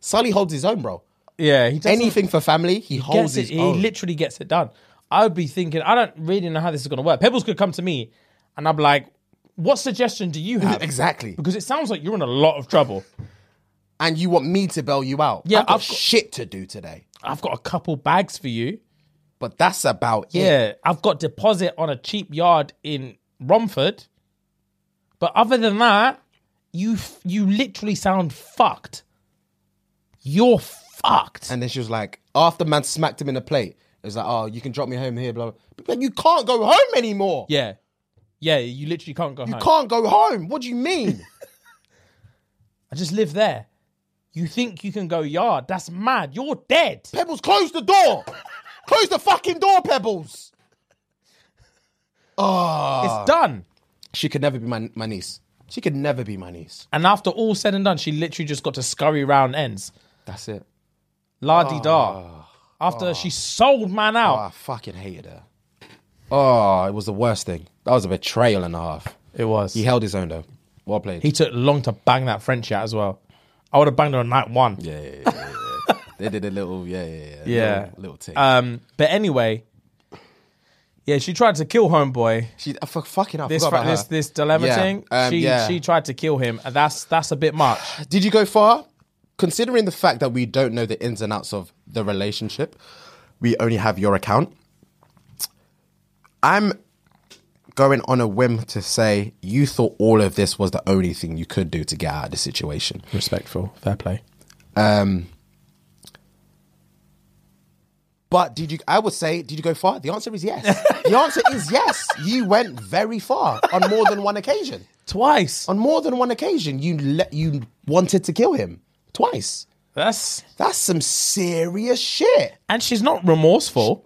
Sully holds his own, bro.
Yeah, he doesn't.
Anything for family, he holds
gets
his
it. He
own.
literally gets it done. I would be thinking, I don't really know how this is going to work. Pebbles could come to me and I'd be like, what suggestion do you have?
exactly.
Because it sounds like you're in a lot of trouble.
And you want me to bail you out?
Yeah,
I've got
I've got-
shit to do today.
I've got a couple bags for you.
But that's about
Yeah.
it.
I've got deposit on a cheap yard in Romford. But other than that, you f- you literally sound fucked. You're fucked.
And then she was like, after man smacked him in the plate, it was like, oh, you can drop me home here, blah blah. But then you can't go home anymore.
yeah. Yeah, you literally can't go
You
home.
can't go home. What do you mean?
I just live there. You think you can go yard? That's mad. You're dead.
Pebbles, close the door. close the fucking door, Pebbles.
it's done.
Ah. She could never be my, my niece. She could never be my niece.
And after all said and done, she literally just got to scurry round ends.
That's it.
La di da. After she sold man out.
Oh, I fucking hated her. Oh, it was the worst thing. That was a betrayal and a half.
It was.
He held his own though. Well played.
He took long to bang that French out as well. I would have banged her on night one.
yeah, yeah, yeah, yeah, yeah. they did a little, yeah, yeah, yeah,
Yeah.
little, little thing.
Um, but anyway, yeah, she tried to kill homeboy.
she I fuck, fucking up.
This
about
this
her.
this dilemma
Yeah,
thing.
um,
she
yeah.
she tried to kill him. And that's that's a bit much.
Did you go far? Considering the fact that we don't know the ins and outs of the relationship, we only have your account. I'm going on a whim to say you thought all of this was the only thing you could do to get out of the situation.
Respectful, fair play.
Um, but did you? I would say, did you go far? The answer is yes. the answer is yes. You went very far on more than one occasion.
Twice.
On more than one occasion, you let you wanted to kill him twice.
That's
That's some serious shit.
and she's not remorseful.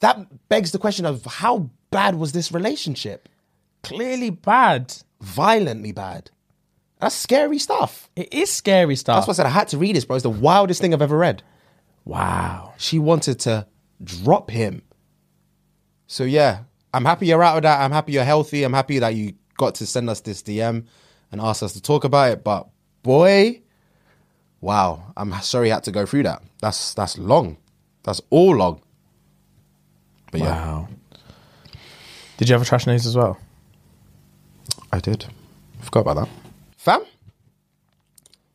That begs the question of how bad was this relationship?
Clearly bad.
Violently bad. That's scary stuff.
It is scary stuff.
That's why I said I had to read this, bro. It's the wildest thing I've ever read.
wow.
she wanted to drop him. So yeah, I'm happy you're out of that. I'm happy you're healthy. I'm happy that you got to send us this DM and ask us to talk about it. But boy, wow, I'm sorry you had to go through that. That's that's long. That's all long. But yeah,
Wow. Did you have a trash news as well?
I did. Forgot about that. Fam?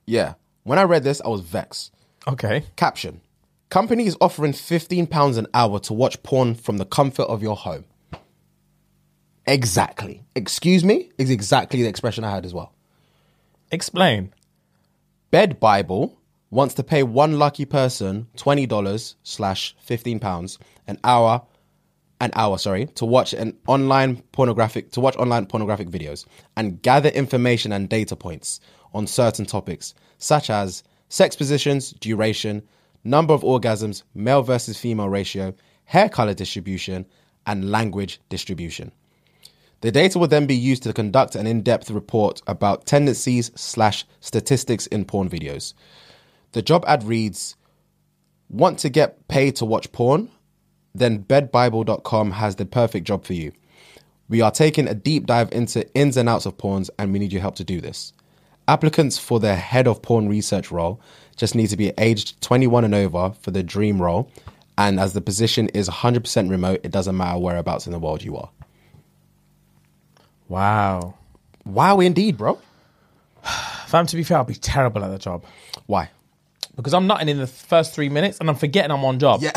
Yeah. When I read this, I was vexed.
Okay.
Caption Company is offering £15 an hour to watch porn from the comfort of your home. Exactly. Excuse me is exactly the expression I had as well.
Explain.
Bed Bible wants to pay one lucky person $20 slash £15 an hour an hour, sorry, to watch an online pornographic to watch online pornographic videos and gather information and data points on certain topics such as sex positions, duration, number of orgasms, male versus female ratio, hair color distribution, and language distribution. The data will then be used to conduct an in-depth report about tendencies slash statistics in porn videos. The job ad reads, "Want to get paid to watch porn? Then bedbible.com has the perfect job for you. We are taking a deep dive into ins and outs of porns, and we need your help to do this. Applicants for the head of porn research role just need to be aged 21 and over for the dream role, and as the position is 100% remote, it doesn't matter whereabouts in the world you are."
Wow.
Wow, indeed, bro.
Fam, to be fair, I'll be terrible at the job.
Why?
Because I'm nutting in the first three minutes and I'm forgetting I'm on job.
Yeah,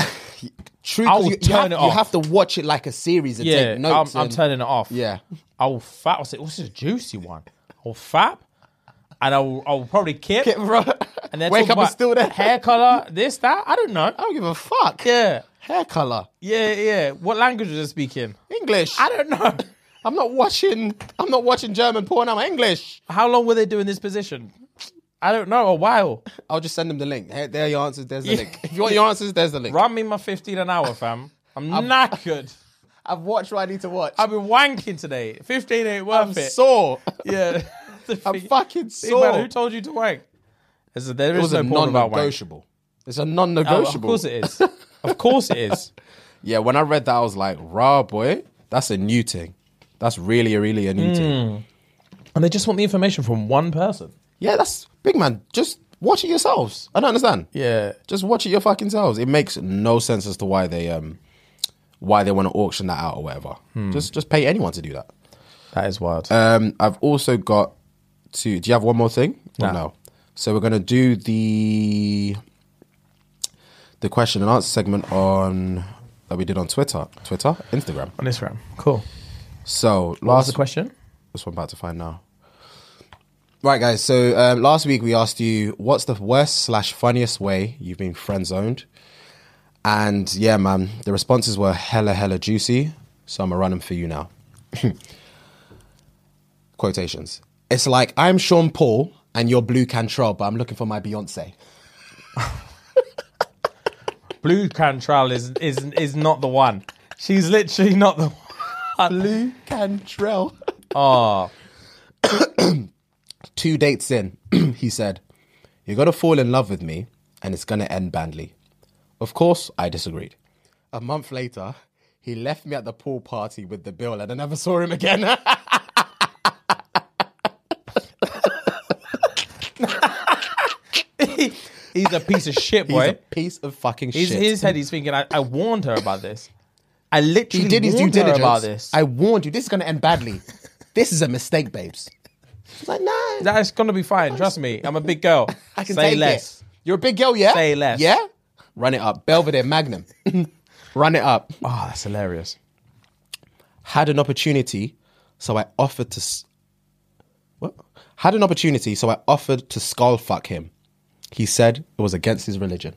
true.
I
'cause
will
you, you
turn
have,
it
You
off.
have to watch it like a series and
Yeah,
take notes.
I'm, I'm
and-
turning it off.
Yeah.
I'll fap. I'll say, "What's "Oh, this juicy one?" I'll fap, and I'll I'll probably kip.
Get bro.
and then
wake
talk
up and
about
still there.
Hair color, this that. I don't know.
I don't give a fuck.
Yeah,
Hair color,
yeah, yeah. What language was I speaking?
English.
I don't know.
I'm not watching. I'm not watching German porn. I'm English.
How long were they doing this position? I don't know. A while.
I'll just send them the link. Hey, there are your answers. There's the
Yeah.
link. If you want your answers, there's the link.
Run me my fifteen an hour, fam. I'm knackered.
I've watched what I need to watch.
I've been wanking today. Fifteen ain't worth
I'm
it.
sore.
yeah,
I'm fucking
Big man,
sore.
Who told you to wank? I said, There
It
is
was
no
a
porn about wank.
non-negotiable. It's a
Oh,
non-negotiable.
of course it is. Of course it is.
Yeah, when I read that, I was like, "Raw boy, that's a new thing. That's really, really a new thing."
And they just want the information from one person.
Yeah, that's big man. Just watch it yourselves. I don't understand.
Yeah.
Just watch it your fucking selves. It makes no sense as to why they um why they want to auction that out or whatever.
Hmm.
Just just pay anyone to do that.
That is wild.
Um, I've also got to. Do you have one more thing? Or
No.
no. So we're gonna do the the question and answer segment on that we did on Twitter, Twitter, Instagram.
On this round. Cool.
So
What was
last
the question?
That's what I'm about to find now. Right, guys. So um, last week we asked you what's the worst slash funniest way you've been friend zoned, and yeah, man, the responses were hella hella juicy. So I'm gonna run them for you now. Quotations. It's like I'm Sean Paul and you're Blue Cantrell, but I'm looking for my Beyonce.
Blue Cantrell is is is not the one. She's literally not the one.
Blue Cantrell.
Oh,
Ah. Two dates in, he said, You're going to fall in love with me and it's going to end badly. Of course, I disagreed. A month later, he left me at the pool party with the bill and I never saw him again.
he's a piece of shit,
He's a
boy.
piece of fucking
He's,
shit.
his head. He's thinking. I, I warned her about this. I literally
he did his due
warned her
diligence.
about this.
I warned you, this is going to end badly. this is a mistake, babes. It's like, nah.
That's gonna be fine. Trust me. I'm a big girl.
I can
Say
take
less.
it. You're a big girl, yeah?
Say less.
Yeah? Run it up. Belvedere Magnum. Run it up.
Oh, that's hilarious.
Had an opportunity, so I offered to. s- What? Had an opportunity, so I offered to skull fuck him. He said it was against his religion.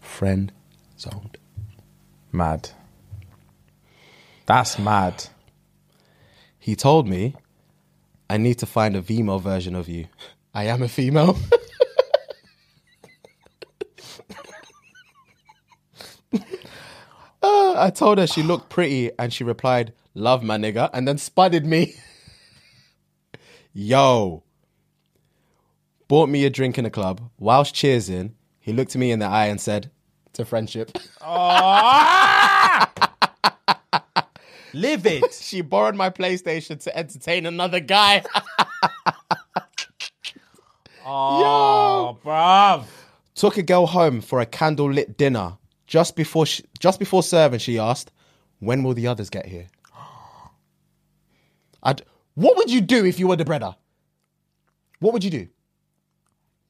Friend zoned.
Mad. That's mad.
He told me, I need to find a female version of you. I am a female. Uh, I told her she looked pretty and she replied, Love my nigga, and then spudded me. Yo. Bought me a drink in a club. Whilst cheersing, he looked me in the eye and said, To friendship.
Live it.
she borrowed my PlayStation to entertain another guy.
Oh, bruv.
took a girl home for a candlelit dinner. Just before she, just before serving, she asked, "When will the others get here?" I'd, what would you do if you were the breader? What would you do?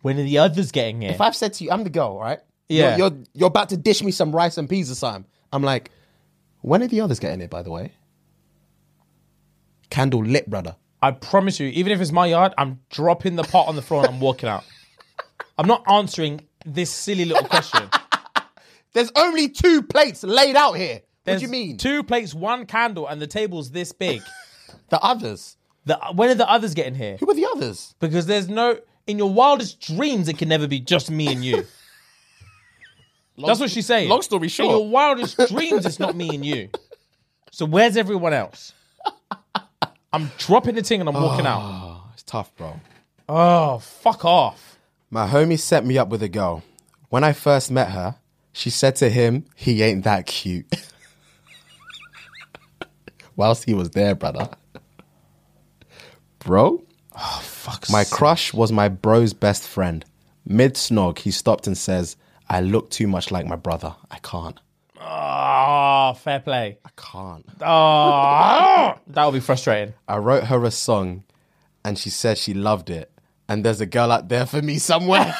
When are the others getting it?
If I've said to you, "I'm the girl," right?
Yeah.
You're, you're you're about to dish me some rice and peas or something. I'm like, when are the others getting it? By the way, candle lit, brother.
I promise you, even if it's my yard, I'm dropping the pot on the floor and I'm walking out. I'm not answering this silly little question.
There's only two plates laid out here. what
There's
do you mean?
Two plates, one candle, and the table's this big.
The others.
The, when are the others getting here?
Who are the others?
Because there's no in your wildest dreams it can never be just me and you. That's what she's saying.
long story
In your
short.
wildest dreams, it's not me and you. So where's everyone else? I'm dropping the thing and I'm walking out.
It's tough, bro.
Oh, fuck off.
My homie set me up with a girl. When I first met her, she said to him, He ain't that cute. Whilst he was there, brother. Bro? My crush was my bro's best friend. Mid snog, he stopped and says, I look too much like my brother. I can't.
Oh, fair play.
I can't.
Oh, that would be frustrating.
I wrote her a song and she said she loved it. And there's a girl out there for me somewhere.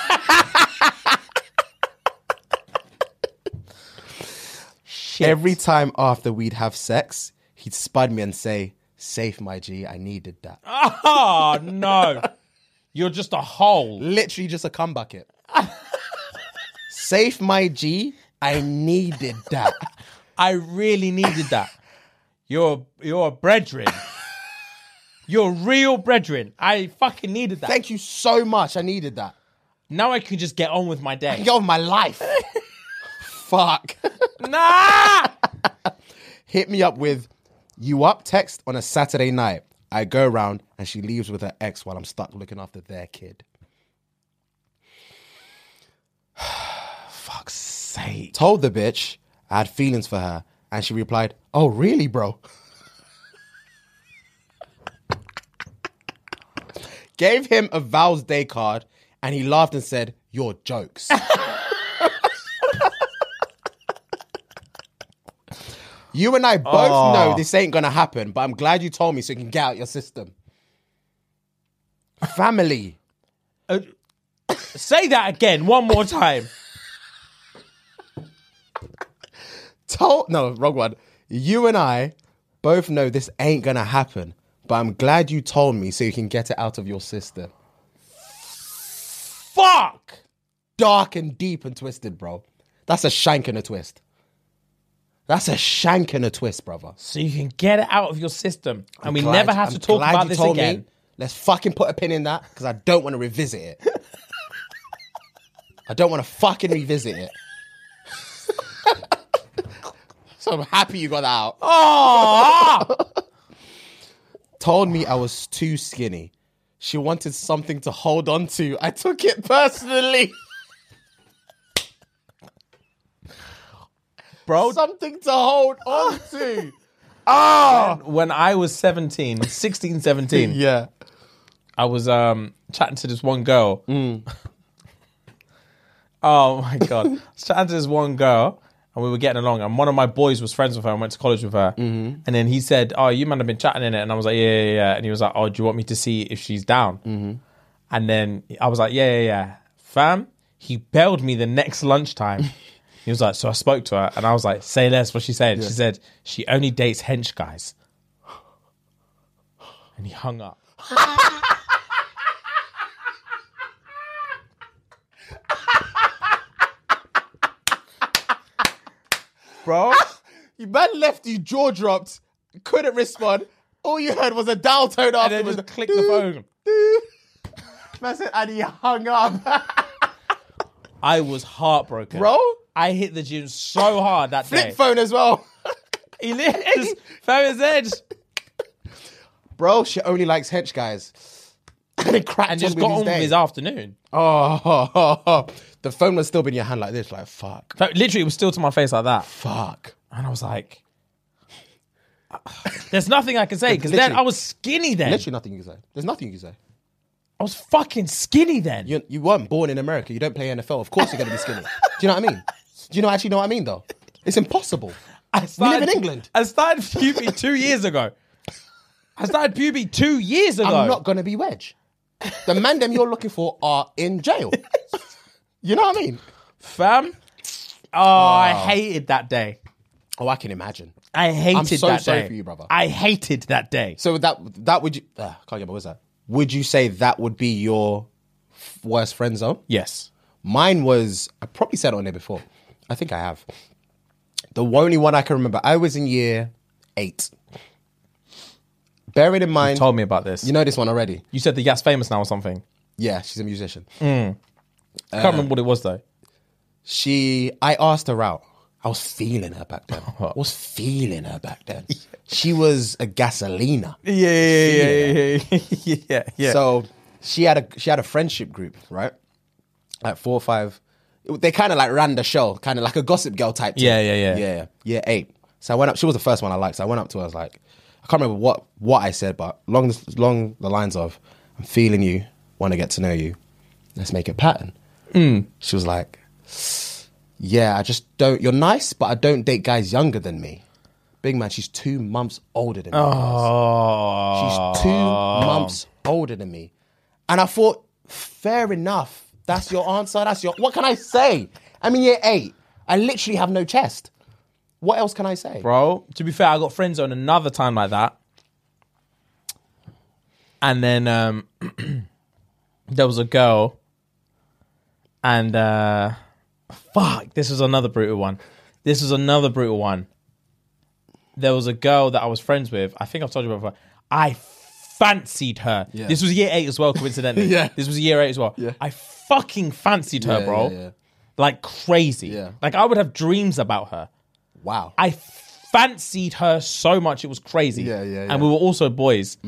Shit.
Every time after we'd have sex, he'd spud me and say, Safe, my G, I needed that.
oh no, you're just a hole.
Literally just a cum bucket. Safe, my G, I needed that.
I really needed that. You're you're a brethren. You're real brethren. I fucking needed that.
Thank you so much. I needed that.
now I can just get on with my day.
Get off my life. Fuck.
Nah.
Hit me up with you up text on a Saturday night. I go round and she leaves with her ex while I'm stuck looking after their kid.
Fuck's sake.
Told the bitch I had feelings for her and she replied, Oh, really, bro? Gave him a vows day card and he laughed and said, Your jokes. you and I both know this ain't gonna happen, but I'm glad you told me so you can get out your system. Family.
Uh, say that again one more time.
told no wrong one you and i both know this ain't gonna happen but i'm glad you told me so you can get it out of your system
Fuck.
dark and deep and twisted bro that's a shank and a twist That's a shank and a twist, brother.
so you can get it out of your system, and we
Glad-
never have
I'm
to talk
glad
about
you
this
told me.
again.
Let's fucking put a pin in that because I don't want to revisit it. I don't want to fucking revisit it. so I'm happy you got that out. told me I was too skinny. She wanted something to hold on to. I took it personally. Bro, something to hold on to.
When I was 17, 16, 17,
yeah.
I was um, chatting to this one girl. oh my god! I was chatting to this one girl, and we were getting along. And one of my boys was friends with her and went to college with her. And then he said, "Oh, you might have been chatting in it." And I was like, "Yeah, yeah, yeah." And he was like, "Oh, do you want me to see if she's down?" And then I was like, "Yeah, yeah, yeah." Fam, he bailed me the next lunchtime. he was like, "So I spoke to her, and I was like, say less." What she said? She said she only dates hench guys. And he hung up.
bro. Ah! you man left you jaw dropped, couldn't respond. All you heard was a dial tone
and then
afterwards.
just click the phone.
Man said, and he hung up.
I was heartbroken,
bro,
I hit the gym so hard that
flip
day.
phone as well.
He lives phone edge
bro, she only likes hench guys. and it cracked
and
on
just
with
got
his
on with
day.
his afternoon.
oh, the phone was still in your hand like this, like fuck,
But Literally, it was still to my face like that,
fuck.
and I was like, "There's nothing I can say because then
Literally.
I was skinny then.
Literally nothing you can say. There's nothing you can say.
I was fucking skinny then.
You, you weren't born in America. You don't play NFL. Of course you're gonna be skinny. Do you know what I mean? Do you know actually know what I mean though? It's impossible.
I
live in England.
I started puberty two years ago. I started puberty two years ago.
I'm not gonna be wedge. The man them you're looking for are in jail. you know what I mean?
fam. Oh, I
Ah.
hated that day.
Oh, I can imagine.
I hated
so
that
sorry
day.
for you, brother.
I hated that day.
So that that would you? Uh, can't get my words out. Would you say that would be your f- worst friend zone?
Yes.
Mine was. I probably said it on there before. I think I have. The only one I can remember. I was in year eight. Bearing in mind,
Told me about this.
you know this one already.
You said that Yas famous now or something.
Yeah, she's a musician.
I can't remember what it was though.
she I asked her out. I was feeling her back then. I was feeling her back then. She was a gasolina.
Yeah, yeah, yeah, yeah, yeah,
So she had a she had a friendship group, right? Like four or five. They kind of like ran the show, kind of like a gossip girl type. thing.
Yeah, yeah, yeah.
yeah, yeah. Eight. So I went up. She was the first one I liked. So I went up to her. I was like, I can't remember what what I said, but long long the lines of, I'm feeling you. Want to get to know you. Let's make a pattern.
Mm.
She was like, Yeah, I just don't. You're nice, but I don't date guys younger than me. Big man, she's two months older than me.
Oh,
She's two months older than me. And I thought, fair enough. That's your answer. That's your. What can I say? I'm in year eight. I literally have no chest. What else can I say?
bro. To be fair, I got friends on another time like that, and then um, there was a girl, and uh, fuck, this was another brutal one. This was another brutal one. There was a girl that I was friends with. I think I've told you about before. I fancied her. This was year eight as well, coincidentally.
Yeah.
This was year eight as well. I fucking fancied her,
Yeah,
bro.
yeah, yeah.
Like crazy.
Yeah.
Like I would have dreams about her.
Wow.
I fancied her so much it was crazy.
Yeah, yeah, yeah. Mm.
And we were also boys.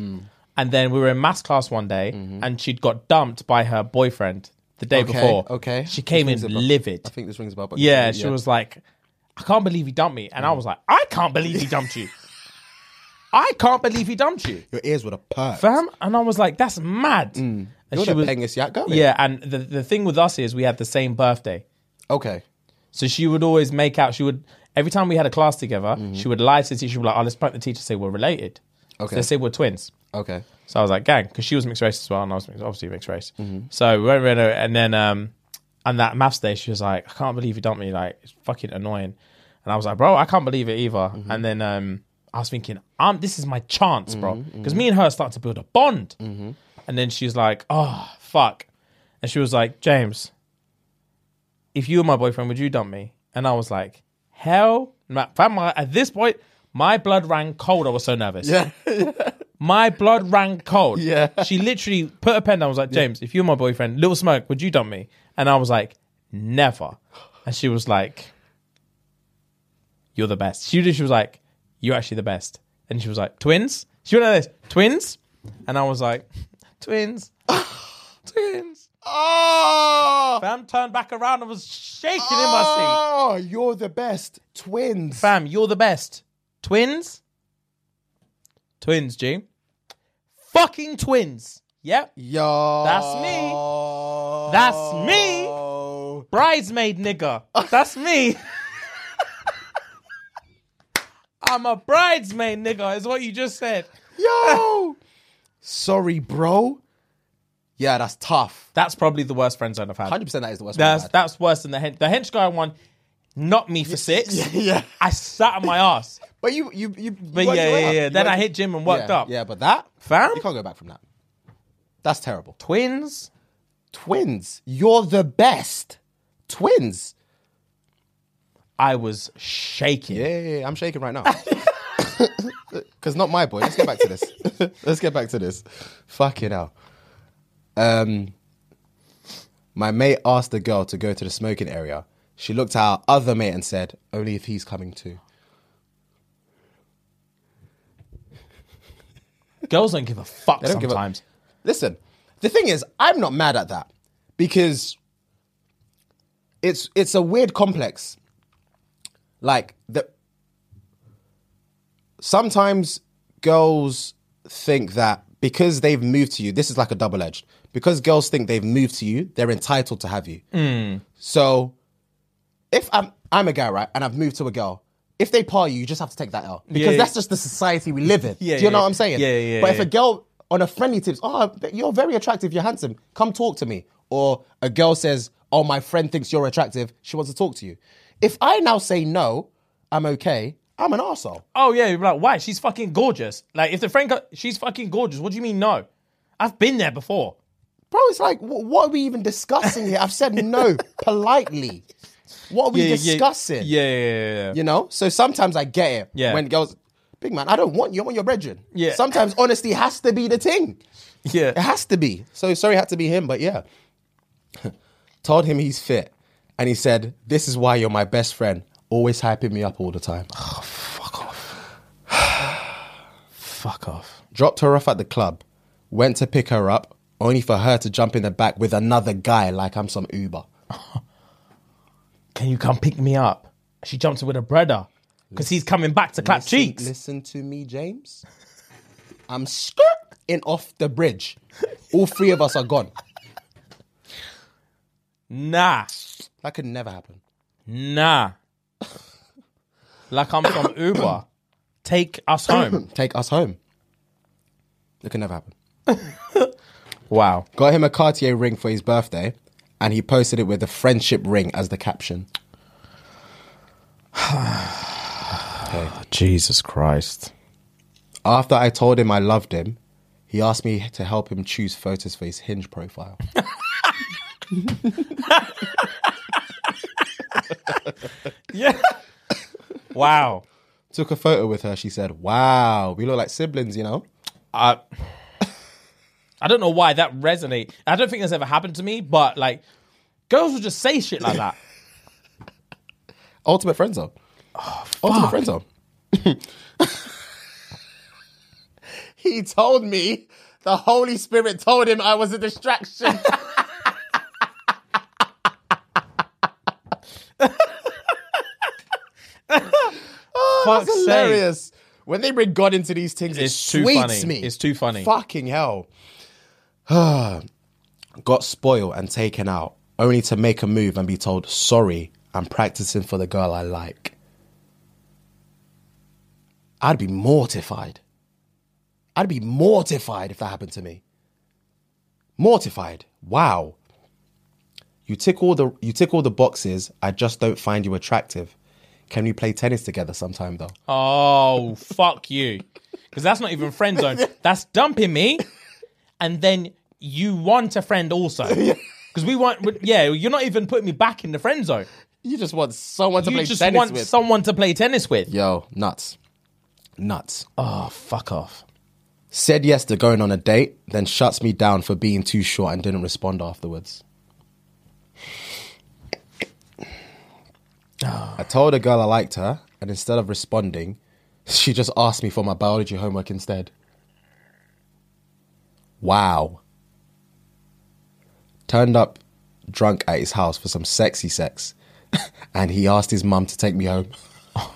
And then we were in maths class one day, and she'd got dumped by her boyfriend the day
Mm-hmm. Okay,
before.
okay.
she came in
This rings a bell.
livid.
I think this rings a bell. but-
yeah, she was like, "I can't believe he dumped me,"
Mm.
and I was like, "I can't believe he dumped you." I can't believe he dumped you,
Your ears would have perked.
fam. And I was like, "That's mad." And
Mm. You're the pengest yak going.
yeah, and the the thing with us is we had the same birthday.
Okay.
So she would always make out. She would every time we had a class together, she would lie to the teacher. She would be like, "Oh, let's prank the teacher. Say we're related.
Okay.
So let's say we're twins."
Okay.
So I was like, "Gang," because she was mixed race as well, and I was mixed- obviously mixed race. So we went around, her, and then um, and that maths day, she was like, "I can't believe you dumped me. Like it's fucking annoying." And I was like, "Bro, I can't believe it either." And then um, I was thinking, "Um, this is my chance, bro," because me and her started to build a bond. And then she's like, "Oh fuck," and she was like, "James." if you were my boyfriend, would you dump me? And I was like, hell no. My- fam, my- at this point, my blood ran cold. I was so nervous. Yeah. my blood ran cold. Yeah. She literally put a pen down. I was like, James, if you're my boyfriend, Little Smoke, would you dump me? And I was like, never. And she was like, you're the best. She she was like, you're actually the best. And she was like, twins? She went like this, twins? And I was like, twins, twins.
Oh,
Fam turned back around and was shaking in my seat.
oh, you're the best. Twins.
Fam, you're the best. Twins? Twins, G. Fucking twins. Yep.
Yo.
That's me. That's me. Bridesmaid nigga. That's me. I'm a bridesmaid nigga, is what you just said.
Yo. Sorry, bro.
Yeah, that's tough.
That's probably the worst friend zone I've had.
100% that is the worst one I've
That's,
had.
that's worse than the hench. The hench guy one knocked me for six.
yeah.
I sat on my ass.
But you, you, you.
But yeah, yeah, yeah. Then I hit gym and worked
yeah,
up.
Yeah, but that?
Fam?
You can't go back from that. That's terrible.
Twins?
Twins. You're the best. Twins.
I was shaking.
Yeah, yeah, yeah, I'm shaking right now. Because not my boy. Let's get back to this. Let's get back to this. Fucking hell. Um, my mate asked the girl to go to the smoking area. She looked at our other mate and said, only if he's coming too.
Girls don't give a fuck
don't give a-
sometimes.
Listen, the thing is, I'm not mad at that because it's it's a weird complex. Like the sometimes girls think that because they've moved to you, this is like a double edged. Because girls think they've moved to you, they're entitled to have you. So if I'm I'm a guy, right, and I've moved to a girl. If they par you, you just have to take that out because
yeah.
that's just the society we live in.
Yeah,
Do you know
yeah.
what I'm saying?
Yeah, yeah,
But
yeah,
if
yeah.
a girl on a friendly tips, oh, but you're very attractive, you're handsome, come talk to me. Or a girl says, oh, my friend thinks you're attractive, she wants to talk to you. If I now say no, I'm okay, I'm an arsehole.
Oh yeah, you're like, why? She's fucking gorgeous. Like if the friend, co- she's fucking gorgeous. What do you mean no? I've been there before.
Bro, it's like, wh- what are we even discussing here? I've said no politely. What are we discussing?
Yeah, yeah, yeah.
You know? So sometimes I get it.
Yeah.
When girls, big man, I don't want you, I want your brethren.
Yeah.
Sometimes honesty has to be the thing.
yeah.
It has to be. So sorry, it had to be him, but yeah. Told him he's fit. And he said, This is why you're my best friend. Always hyping me up all the time.
Fuck off.
Dropped her off at the club. Went to pick her up, only for her to jump in the back with another guy like I'm some Uber.
Can you come pick me up? She jumps in with a brother because he's coming back to clap
Listen-
cheeks.
Listen to me, James. I'm skirt in off the bridge. All three of us are gone.
Nah,
That could never happen.
nah. like I'm from Uber. Take us home.
Take us home. It could never happen.
wow.
got him a Cartier ring for his birthday, and he posted it with a friendship ring as the caption.
Jesus Christ.
After I told him I loved him, he asked me to help him choose photos for his hinge profile.
Yeah. wow.
Took a photo with her. She said, "Wow, we look like siblings, you know."
I I don't know why that resonate. I don't think that's ever happened to me, but like girls will just say shit like that.
Ultimate friend zone. Ultimate friend zone. he told me the Holy Spirit told him I was a distraction.
Fuck's
That's
sake.
hilarious. When they bring God into these things,
It's
it
too
sweets
funny.
me.
It's too funny.
Fucking hell. Got spoiled and taken out, only to make a move and be told, sorry, I'm practicing for the girl I like. I'd be mortified. I'd be mortified if that happened to me. Mortified. Wow. You tick all the you tick all the boxes. I just don't find you attractive. Can we play tennis together sometime though?
Oh, fuck you. Because that's not even friend zone. That's dumping me. And then you want a friend also. Because we want, yeah, you're not even putting me back in the friend zone.
You just want someone to
You
play
just
tennis
want
with.
someone to play tennis with.
Yo, nuts. Nuts.
Oh, fuck off.
Said yes to going on a date, then shuts me down for being too short and didn't respond afterwards.
Ah.
I told a girl I liked her, and instead of responding, she just asked me for my biology homework instead. Wow. Turned up drunk at his house for some sexy sex, and he asked his mum to take me home.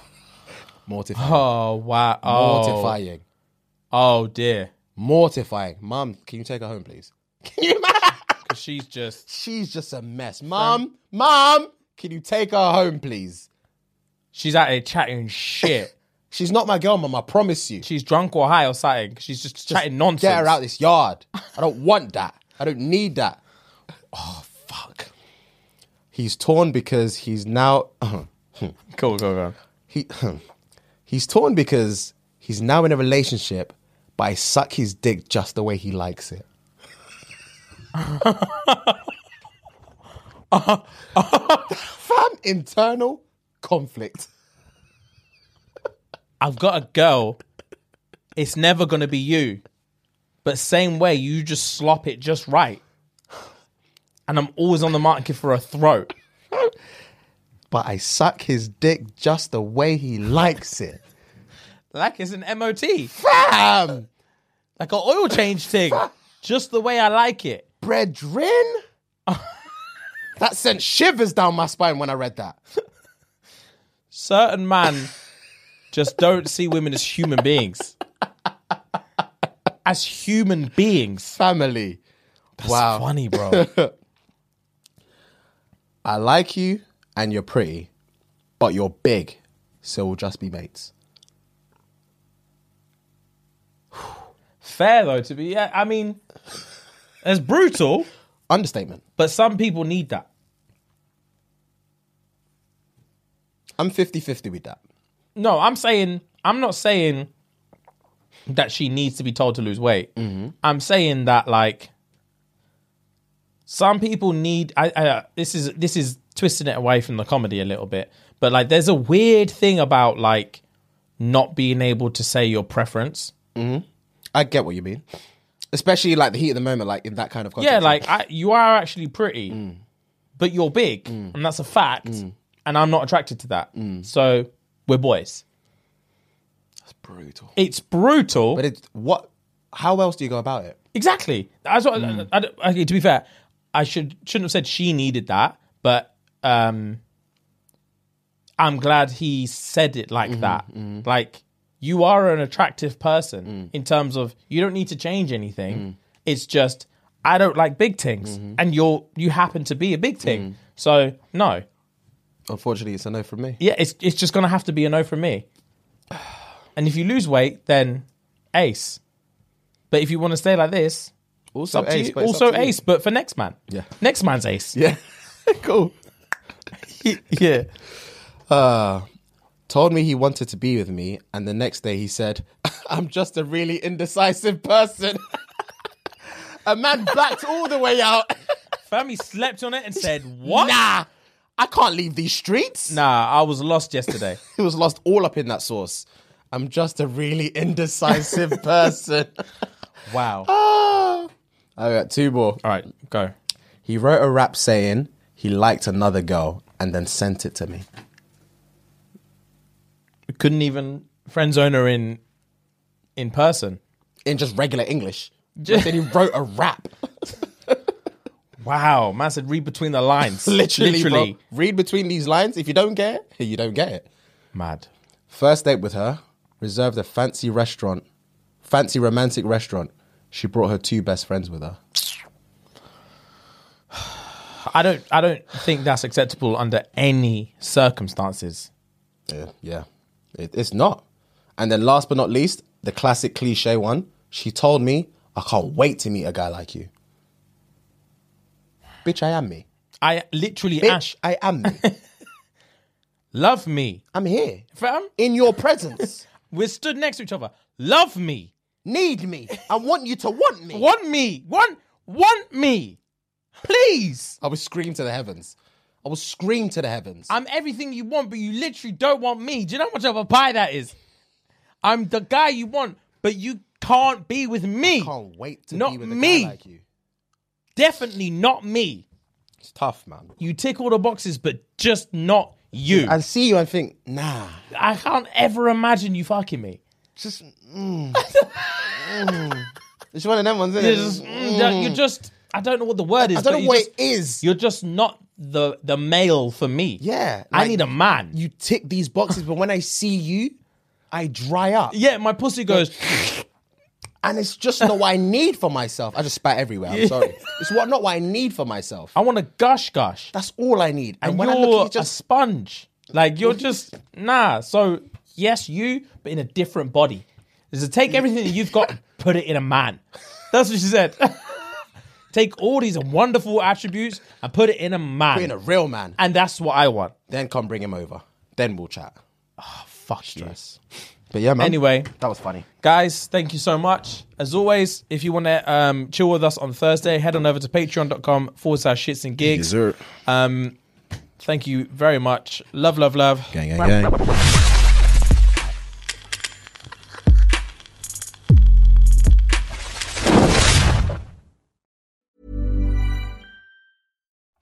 Mortifying.
Oh, wow. Oh,
Mortifying
oh dear.
mortifying. Mom, can you take her home, please? Can you imagine?
Because she's just.
She's just a mess. Mom, mom, can you take her home, please?
She's out here chatting shit.
She's not my girl, mom. I promise you.
she's drunk or high or something. She's just, chatting nonsense.
Get her out this yard. I don't want that. I don't need that. Oh fuck. He's torn because he's now
Cool, cool, cool.
he he's torn because he's now in a relationship, but I suck his dick just the way he likes it. Fam, internal conflict.
I've got a girl. It's never going to be you. But same way, you just slop it just right. And I'm always on the market for a throat.
But I suck his dick just the way he likes it.
Like it's an MOT,
Fam,
like an oil change thing, just the way I like it.
brethren. that sent shivers down my spine when I read that.
certain man just don't see women as human beings. As human beings.
Family. wow.
Funny, bro.
I like you and you're pretty, but you're big, so we'll just be mates.
Fair though to be. Yeah, I mean, it's brutal,
Understatement.
but some people need that.
I'm 50 50 with that.
No, I'm saying I'm not saying that she needs to be told to lose weight. I'm saying that like some people need. I, I this is this is twisting it away from the comedy a little bit, but like there's a weird thing about like not being able to say your preference.
I get what you mean. Especially like the heat of the moment, like in that kind of context.
Yeah, like I, you are actually pretty, but you're big, and that's a fact. And I'm not attracted to that. So we're boys.
That's brutal.
It's brutal.
But it, what, how else do you go about it?
Exactly. That's what. I, I, don't- okay, to be fair, I should shouldn't have said she needed that, but um, I'm glad he said it like that. Like you are an attractive person in terms of you don't need to change anything. It's just I don't like big things, and you're you happen to be a big thing. So no,
Unfortunately, it's a no from me.
yeah, it's it's just gonna have to be a no from me. And if you lose weight, then ace. But if you want to stay like this,
Also,
up to you. also ace, but for next man.
Yeah.
Next man's ace.
Yeah. cool.
yeah.
Told me he wanted to be with me, and the next day he said, I'm just a really indecisive person. a man backed all the way out.
Family slept on it and said, What?
Nah, I can't leave these streets.
Nah, I was lost yesterday.
He was lost all up in that sauce. I'm just a really indecisive person.
wow.
I got two more.
All right, go.
He wrote a rap saying he liked another girl and then sent it to me.
We couldn't even friend zone her in in person.
In just regular English. Just then he wrote a rap.
Wow. Man said read between the lines.
Literally, Literally. read between these lines. If you don't get it, you don't get it.
Mad.
First date with her, reserved a fancy restaurant, fancy romantic restaurant. She brought her two best friends with her.
I don't I don't think that's acceptable under any circumstances.
Yeah, yeah. It, it's not. And then last but not least, the classic cliche one. She told me, I can't wait to meet a guy like you. Bitch, I am me.
I literally
Bitch,
ash
I am me.
love me.
I'm here.
Fam,
In your presence.
we stood next to each other. Love me.
Need me. I want you to want me.
Want me. Want want me. Please.
I would scream to the heavens. I I will scream to the heavens.
I'm everything you want, but you literally don't want me. Do you know how much of a pie that is? I'm the guy you want, but you can't be with me.
can't wait to
Not
be with a
me.
guy like you.
Definitely not me.
It's tough, man.
You tick all the boxes, but just not you.
I see you and think, nah,
I can't ever imagine you fucking me.
just. Mm, mm. It's one of them ones, isn't
You're
it?
just,
Mm.
you're just- I don't know what the word is.
I don't
but
know
you
what
just-
it is.
You're just not the the male for me.
Yeah,
I
like-
need a man.
You tick these boxes, but when I see you, I dry up.
yeah, my pussy goes.
And it's just not what I need for myself. I just spat everywhere. I'm sorry. It's what not what I need for myself.
I want a gush gush.
That's all I need. And,
and
when
you're
I look at you,
a
just
sponge. Like you're just nah. So yes, you, but in a different body. Is to take everything that you've got, and put it in a man. That's what she said. take all these wonderful attributes and put it in a man.
being a real man.
and that's what I want.
Then come bring him over. Then we'll chat.
Ah, Fuck
Stress. But yeah, man.
Anyway.
that was funny.
you. Guys, thank you so much. As always, if you want to um, chill with us on Thursday, head on over to patreon.com forward slash shits and gigs. Um, thank you very much. Love, love, love.
Gang, gang, gang.